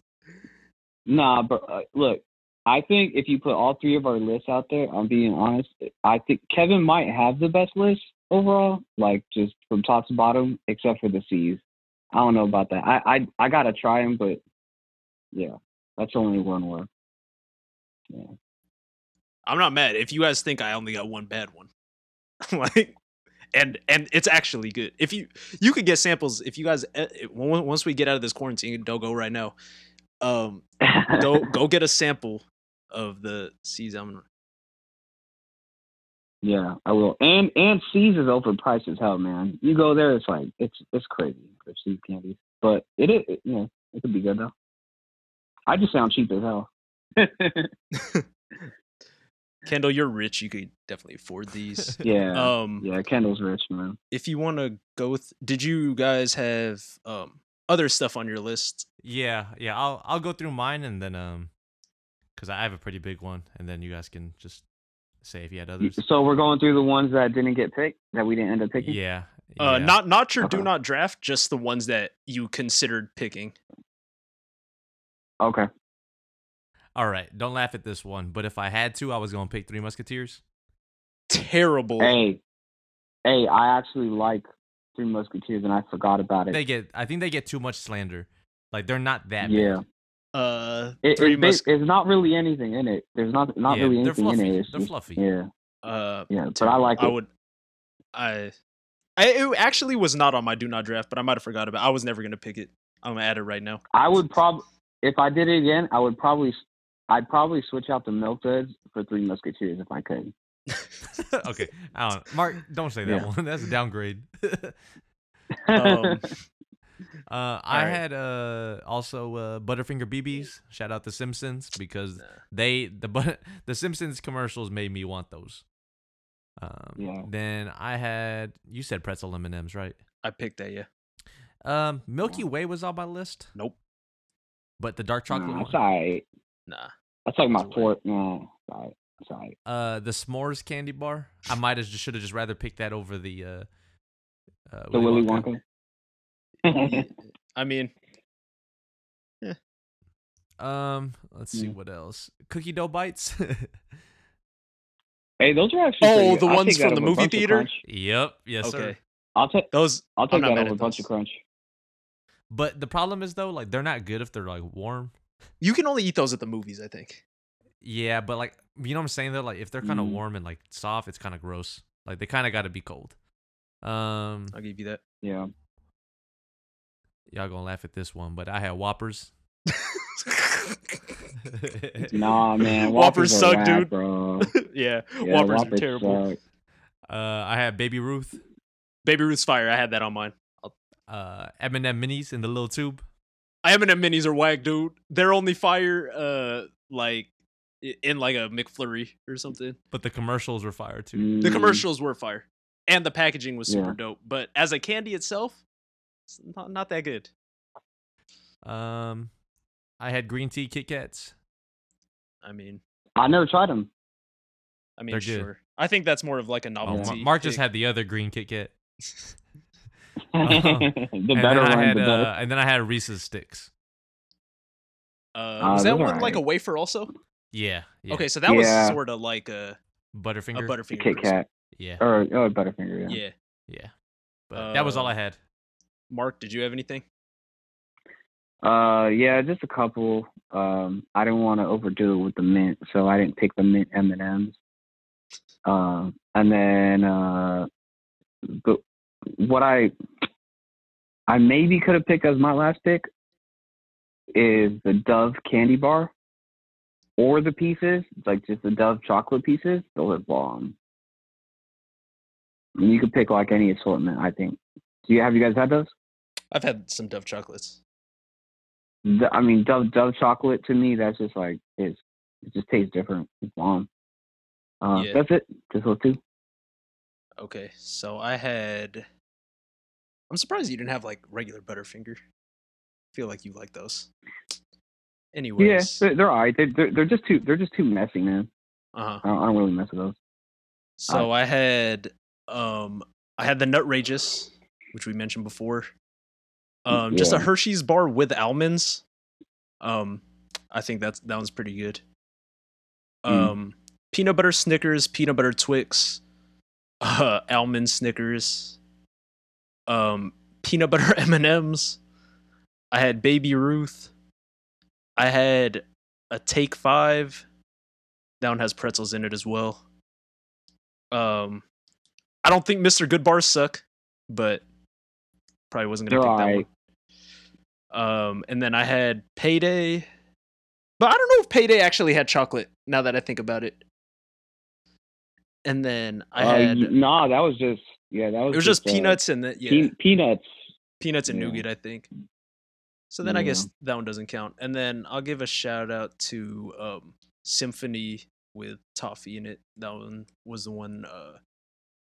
Speaker 2: Nah, but uh, look, I think if you put all three of our lists out there, I'm being honest. I think Kevin might have the best list overall, like just from top to bottom, except for the C's. I don't know about that. I I, I gotta try him, but yeah, that's only one word.
Speaker 3: I'm not mad if you guys think I only got one bad one. like and and it's actually good. If you you could get samples if you guys eh, eh, on- once we get out of this quarantine, don't go right now. Um go go get a sample of the C's almond.
Speaker 2: yeah, I will. And and C's is overpriced as hell, man. You go there, it's like it's it's crazy for C's candies, but it is it, you know it could be good though. I just sound cheap as hell.
Speaker 3: Kendall, you're rich, you could definitely afford these.
Speaker 2: yeah,
Speaker 3: um
Speaker 2: yeah. Kendall's rich, man.
Speaker 3: if you want to go with did you guys have um other stuff on your list?
Speaker 1: Yeah, yeah. I'll I'll go through mine and then um, because I have a pretty big one, and then you guys can just say if you had others.
Speaker 2: So we're going through the ones that didn't get picked that we didn't end up picking.
Speaker 1: Yeah.
Speaker 3: Uh
Speaker 1: yeah.
Speaker 3: not not your do
Speaker 2: Uh-huh.
Speaker 3: not draft, just the ones that you considered picking.
Speaker 2: Okay.
Speaker 1: All right. Don't laugh at this one, but if I had to, I was gonna pick Three Musketeers.
Speaker 3: Terrible.
Speaker 2: Hey, hey, I actually like Three Musketeers, and I forgot about it.
Speaker 1: They get. I think they get too much slander. Like they're not that.
Speaker 2: yeah,
Speaker 1: bad.
Speaker 3: Uh,
Speaker 2: it,
Speaker 3: three
Speaker 2: it's, ba-
Speaker 3: mus-
Speaker 2: it's not really anything in it. There's not not
Speaker 1: Yeah,
Speaker 2: really
Speaker 1: they're
Speaker 2: anything in
Speaker 1: fluffy.
Speaker 2: it. It's
Speaker 1: They're
Speaker 2: just-
Speaker 1: fluffy.
Speaker 2: Yeah,
Speaker 3: uh,
Speaker 2: yeah, but I
Speaker 3: terrible.
Speaker 2: like it.
Speaker 3: I would. I, I it actually was not on my do not draft, but I might have forgot about. it. I was never gonna pick it. I'm at it right now.
Speaker 2: I would probably if I did it again, I would probably s- I'd probably switch out the milk duds for Three Musketeers if I could.
Speaker 1: okay. I don't. Mark, don't say that
Speaker 2: Yeah.
Speaker 1: one. That's a downgrade. uh,
Speaker 3: Um,
Speaker 1: I
Speaker 3: right.
Speaker 1: had uh also uh Butterfinger BBs. Shout out the Simpsons because they the but the Simpsons commercials made me want those. Um,
Speaker 2: Yeah.
Speaker 1: Then I had you said pretzel M and M's right?
Speaker 3: I picked that. Yeah.
Speaker 1: Um, Milky
Speaker 2: Yeah.
Speaker 1: Way was on my list,
Speaker 3: Nope.
Speaker 1: but the dark chocolate.
Speaker 2: Nah,
Speaker 1: one.
Speaker 2: that's alright.
Speaker 3: Nah.
Speaker 2: That's like my
Speaker 3: It's all
Speaker 2: fourth. Nah, that's alright. That's alright.
Speaker 1: Uh, the s'mores candy bar. I might have just should have just rather picked that over the uh, uh
Speaker 2: The Willy Wonka.
Speaker 3: Yeah. I mean,
Speaker 1: Um, let's see
Speaker 2: Mm.
Speaker 1: what else. Cookie dough bites.
Speaker 2: Hey, those are actually.
Speaker 3: Oh,
Speaker 2: pretty good.
Speaker 3: the
Speaker 2: I'll
Speaker 3: ones
Speaker 2: take that
Speaker 3: from
Speaker 2: over
Speaker 3: the
Speaker 2: a
Speaker 3: movie
Speaker 2: bunch of
Speaker 3: theater?
Speaker 2: Crunch.
Speaker 1: yep. Yes,
Speaker 3: okay.
Speaker 1: sir.
Speaker 2: I'll take.
Speaker 3: Those.
Speaker 2: I'll
Speaker 3: I'm
Speaker 2: take
Speaker 3: not
Speaker 2: that
Speaker 3: mad
Speaker 2: over
Speaker 3: at
Speaker 2: a bunch
Speaker 3: those.
Speaker 2: of crunch.
Speaker 1: But the problem is though, like they're not good if they're like warm.
Speaker 3: You can only eat those at the movies. I think.
Speaker 1: Yeah, but like you know what I'm saying though, like if they're kind of
Speaker 2: Mm.
Speaker 1: warm and like soft, it's kind of gross. Like they kind of got to be cold. Um,
Speaker 3: I'll give you that.
Speaker 2: Yeah.
Speaker 1: y'all gonna laugh at this one, but I had Whoppers.
Speaker 2: Nah, man.
Speaker 3: Whoppers
Speaker 2: Whoppers, are
Speaker 3: suck,
Speaker 2: whack,
Speaker 3: dude.
Speaker 2: Bro.
Speaker 3: yeah,
Speaker 2: Yeah,
Speaker 3: Whoppers, are terrible.
Speaker 2: suck.
Speaker 1: Uh, I had Baby Ruth,
Speaker 3: Baby Ruth's fire. I had that on mine.
Speaker 1: uh, M&M minis in the little tube.
Speaker 3: I M and minis are whack, dude. They're only fire. Uh, like i- in like a McFlurry or something.
Speaker 1: But the commercials were fire too.
Speaker 3: The
Speaker 2: Mm,
Speaker 3: commercials were fire, and the packaging was super
Speaker 2: Yeah.
Speaker 3: dope. But as a candy itself, it's not not that good.
Speaker 1: Um, I had green tea Kit Kats.
Speaker 3: I mean,
Speaker 2: I never tried them.
Speaker 3: I mean,
Speaker 1: They're good.
Speaker 3: sure. I think that's more of like a
Speaker 1: Oh,
Speaker 3: novelty.
Speaker 1: Ma- Mark just
Speaker 3: pick.
Speaker 1: had the other green Kit Kat.
Speaker 3: Uh-huh.
Speaker 2: the
Speaker 1: and then
Speaker 2: better
Speaker 1: I
Speaker 2: one,
Speaker 1: had,
Speaker 2: the better.
Speaker 1: uh, and then I had Reese's sticks.
Speaker 3: Uh, was
Speaker 2: they're
Speaker 3: that one like
Speaker 2: alright.
Speaker 3: a wafer also?
Speaker 1: Yeah. yeah.
Speaker 3: Okay, so that
Speaker 2: Yeah.
Speaker 3: was sort of like a, a
Speaker 1: Butterfinger.
Speaker 2: The
Speaker 3: Butterfinger.
Speaker 2: Kit
Speaker 3: crisp.
Speaker 2: Kat
Speaker 1: yeah.
Speaker 2: or or Butterfinger. Yeah.
Speaker 3: Yeah.
Speaker 1: Yeah. But that was all I had.
Speaker 3: Mark, did you have anything?
Speaker 2: Uh, yeah, just a couple. Um, I didn't want to overdo it with the mint, so I didn't pick the mint M and M's. Um, and then uh, but what I I maybe could have picked as my last pick is the Dove candy bar or the pieces, like just the Dove chocolate pieces. Those are bomb. And you could pick like any assortment, I think. Do you have you guys had those?
Speaker 3: I've had some Dove chocolates.
Speaker 2: the, I mean, Dove Dove chocolate to me, that's just like it's it just tastes different. It's bomb. Uh,
Speaker 3: Yeah.
Speaker 2: That's it. Just those two.
Speaker 3: Okay, so I had. I'm surprised you didn't have like regular Butterfinger. I feel like you like those.
Speaker 2: Yeah,
Speaker 3: Anyways,
Speaker 2: they're, they're all right. They, they're they're just too they're just too messy, man.
Speaker 3: uh-huh.
Speaker 2: I don't, I don't really mess with those.
Speaker 3: So I had, um, I had the Nutrageous, which we mentioned before. Um, just a
Speaker 2: Mm, Yeah.
Speaker 3: Hershey's bar with almonds. Um, I think that's that one's pretty good.
Speaker 2: Mm.
Speaker 3: Um, peanut butter Snickers, peanut butter Twix, uh, almond Snickers, um, peanut butter M and M's. I had Baby Ruth. I had a Take Five. That one has pretzels in it as well. Um, I don't think Mr. Good Bars suck, but probably wasn't gonna
Speaker 2: They're
Speaker 3: pick
Speaker 2: all
Speaker 3: that
Speaker 2: right.
Speaker 3: one. Um, and then I had Payday, but I don't know if Payday actually had chocolate. Now that I think about it, and then I
Speaker 2: uh,
Speaker 3: had
Speaker 2: y- nah, that was just yeah, that was
Speaker 3: it was just
Speaker 2: uh,
Speaker 3: peanuts and the, yeah,
Speaker 2: pe- peanuts.
Speaker 3: peanuts and
Speaker 2: yeah.
Speaker 3: nougat, I think. So then I
Speaker 2: Yeah.
Speaker 3: guess that one doesn't count. And then I'll give a shout out to um, Symphony with toffee in it. That one was the one uh,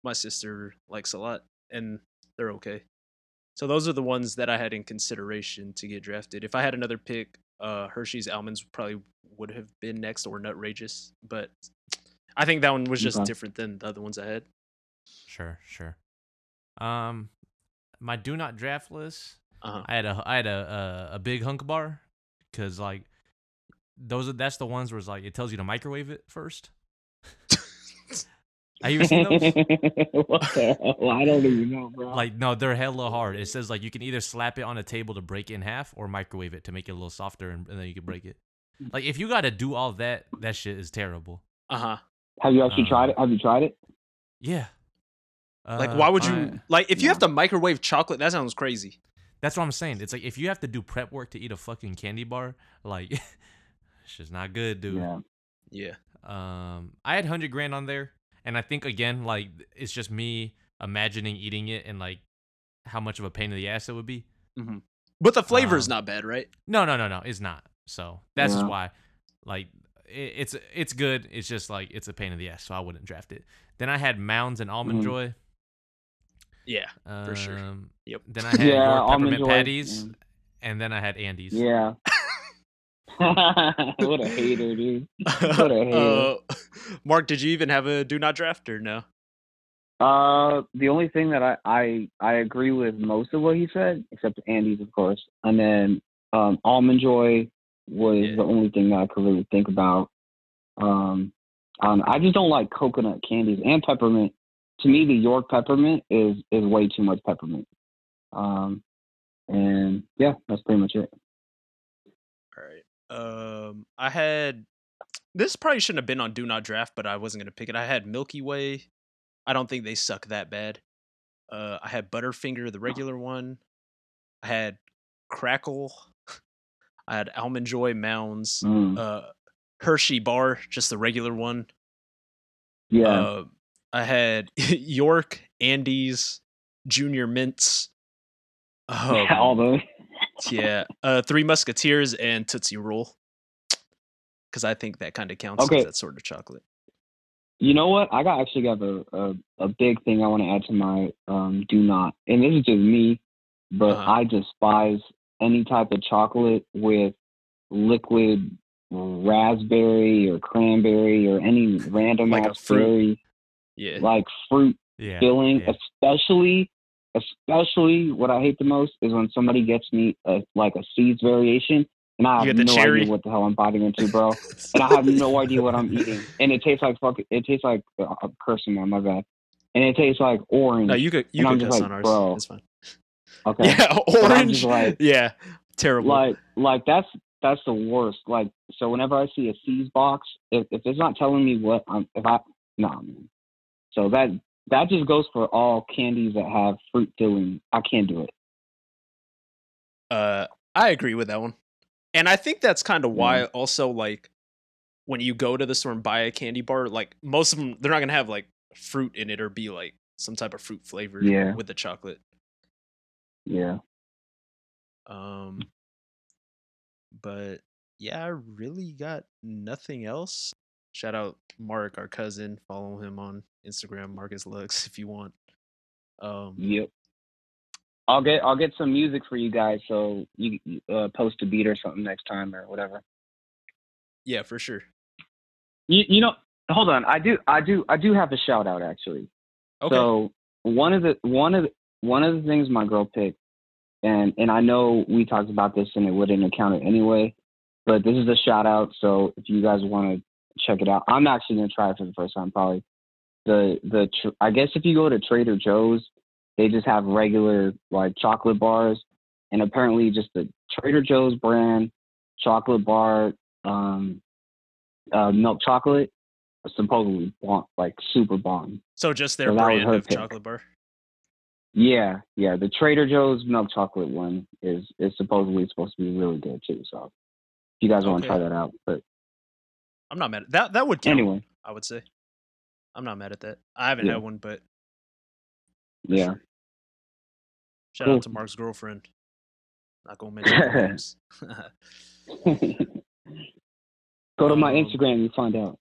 Speaker 3: my sister likes a lot, and they're okay. So those are the ones that I had in consideration to get drafted. If I had another pick, uh, Hershey's almonds probably would have been next, or Nutrageous. But I think that one was just
Speaker 2: Okay.
Speaker 3: different than the other ones I had.
Speaker 1: Sure, sure. Um, my do not draft list.
Speaker 3: Uh-huh.
Speaker 1: I had a I had a a, a big hunk bar because like those are that's the ones where it's like it tells you to microwave it first. Have you ever seen those?
Speaker 2: what the hell? I don't even know, bro.
Speaker 1: Like no, they're hella hard. It says like you can either slap it on a table to break it in half or microwave it to make it a little softer and, and then you can break it.
Speaker 3: Mm.
Speaker 1: Like if you gotta do all that, that shit is terrible.
Speaker 3: Uh huh.
Speaker 2: have you actually
Speaker 1: uh,
Speaker 2: tried it? Have you tried it?
Speaker 1: Yeah.
Speaker 3: Like,
Speaker 1: Uh,
Speaker 3: why would you
Speaker 2: alright.
Speaker 3: like if you
Speaker 2: Yeah.
Speaker 3: have to microwave chocolate? That sounds crazy.
Speaker 1: That's what I'm saying. It's like if you have to do prep work to eat a fucking candy bar, like it's just not good, dude.
Speaker 2: Yeah.
Speaker 3: Yeah.
Speaker 1: Um, I had hundred grand on there, and I think again, like it's just me imagining eating it and like how much of a pain in the ass it would be.
Speaker 3: But the flavor is
Speaker 1: Um,
Speaker 3: not bad, right?
Speaker 1: No, no, no, no, it's not. So that's just
Speaker 2: Yeah.
Speaker 1: why, like, it, it's it's good. It's just like it's a pain in the ass, so I wouldn't draft it. Then I had Mounds and Almond
Speaker 2: Mhm.
Speaker 1: Joy.
Speaker 3: Yeah.
Speaker 1: Um,
Speaker 3: For sure. Yep.
Speaker 1: Then I had
Speaker 2: Yeah,
Speaker 1: York
Speaker 2: Almond
Speaker 1: peppermint
Speaker 2: Joy,
Speaker 1: patties,
Speaker 2: yeah.
Speaker 1: and then I had Andes.
Speaker 2: Yeah. what a hater, dude. What a hater.
Speaker 3: uh, Mark, did you even have a do not draft or no?
Speaker 2: Uh, the only thing that I, I I agree with most of what he said, except Andy's, of course, and then um, Almond Joy was
Speaker 3: Yeah.
Speaker 2: the only thing that I could really think about. Um, um, I just don't like coconut candies and peppermint. To me, the York peppermint is is way too much peppermint. Um, and yeah, that's pretty much it.
Speaker 3: All right. Um, I had this probably shouldn't have been on do not draft, but I wasn't gonna pick it. I had Milky Way. I don't think they suck that bad. Uh, I had Butterfinger, the regular one. I had Crackle. I had Almond Joy Mounds.
Speaker 2: Mm,
Speaker 3: uh Hershey bar, just the regular one.
Speaker 2: yeah,
Speaker 3: Uh, I had York, Andes, Junior Mints. Um,
Speaker 2: yeah, all those.
Speaker 3: yeah, uh, Three Musketeers and Tootsie Roll. Because I think that kind of counts
Speaker 2: Okay.
Speaker 3: as that sort of chocolate.
Speaker 2: You know what? I got actually got a, a, a big thing I want to add to my um, do not, and this is just me, but
Speaker 3: Uh-huh.
Speaker 2: I despise any type of chocolate with liquid raspberry or cranberry or any random
Speaker 3: Like a
Speaker 2: ass
Speaker 3: fruit.
Speaker 2: berry,
Speaker 3: Yeah.
Speaker 2: like fruit
Speaker 1: Yeah.
Speaker 2: filling,
Speaker 1: yeah.
Speaker 2: especially especially what I hate the most is when somebody gets me a, like a seeds variation and I
Speaker 3: You
Speaker 2: have
Speaker 3: get the
Speaker 2: no
Speaker 3: cherry?
Speaker 2: idea what the hell I'm biting into, bro. and I have no idea what I'm eating. And it tastes like fuck. It tastes like uh, I'm cursing now, my bad. And it tastes like orange.
Speaker 3: No, you could you
Speaker 2: And I'm
Speaker 3: could
Speaker 2: just
Speaker 3: cuss
Speaker 2: like,
Speaker 3: on ours.
Speaker 2: bro.
Speaker 3: It's fine.
Speaker 2: okay.
Speaker 3: Yeah,
Speaker 2: I'm
Speaker 3: orange.
Speaker 2: just like-
Speaker 3: yeah, terrible.
Speaker 2: Like like that's that's the worst. Like so whenever I see a C's box, if if it's not telling me what I'm if I no. man. So that that just goes for all candies that have fruit filling. I can't do it.
Speaker 3: uh, I agree with that one, and I think that's kind of
Speaker 2: Hmm.
Speaker 3: why also like when you go to the store and buy a candy bar, like most of them, they're not gonna have like fruit in it or be like some type of fruit flavor
Speaker 2: Yeah.
Speaker 3: with the chocolate.
Speaker 2: Yeah.
Speaker 3: Um, but yeah, I really got nothing else. Shout out Mark, our cousin. Follow him on Instagram, Marcus Lux, if you want. Um,
Speaker 2: Yep. I'll get I'll get some music for you guys so you you, uh, post a beat or something next time or whatever.
Speaker 3: yeah, for sure.
Speaker 2: You you know hold on I do I do I do have a shout out actually.
Speaker 3: Okay.
Speaker 2: So one of the one of the, one of the things my girl picked, and and I know we talked about this and it wouldn't account it anyway, but this is a shout out. So if you guys want to check it out, I'm actually gonna try it for the first time probably. The the tr- I guess if you go to Trader Joe's, they just have regular like chocolate bars, and apparently just the Trader Joe's brand chocolate bar, um, uh, milk chocolate, supposedly bon- like super bomb.
Speaker 3: So just their
Speaker 2: So that was
Speaker 3: brand
Speaker 2: her
Speaker 3: of
Speaker 2: pick.
Speaker 3: chocolate bar.
Speaker 2: Yeah, yeah. The Trader Joe's milk chocolate one is is supposedly supposed to be really good too. So if you guys want to
Speaker 3: Okay.
Speaker 2: try that out, but
Speaker 3: I'm not mad. At, that that would count.
Speaker 2: anyway,
Speaker 3: I would say. I'm not mad at that. I haven't
Speaker 2: Yeah.
Speaker 3: had one, but
Speaker 2: yeah.
Speaker 3: shout
Speaker 2: Cool.
Speaker 3: out to Mark's girlfriend. Not gonna mention her names.
Speaker 2: Go to my
Speaker 3: Um,
Speaker 2: Instagram, you find out.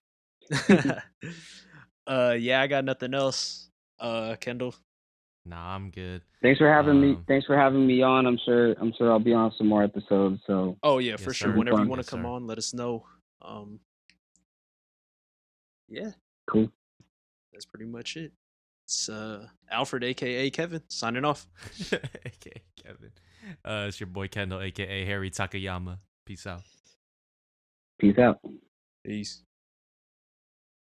Speaker 3: uh, yeah, I got nothing else. Uh, Kendall.
Speaker 1: Nah, I'm good.
Speaker 2: Thanks for having me.
Speaker 1: um,
Speaker 2: Thanks for having me on. I'm sure. I'm sure I'll be on some more episodes. So
Speaker 3: Oh yeah,
Speaker 1: Yes,
Speaker 3: for sure.
Speaker 1: sir.
Speaker 3: Whenever you
Speaker 2: Fun.
Speaker 3: want to
Speaker 1: Yes,
Speaker 3: come
Speaker 1: sir.
Speaker 3: on, let us know. Um, yeah,
Speaker 2: cool.
Speaker 3: that's pretty much it. It's uh, Alfred, aka Kevin, signing off.
Speaker 1: aka Kevin. Uh, it's your boy Kendall, aka Harry Takayama. Peace out.
Speaker 2: Peace out.
Speaker 3: Peace.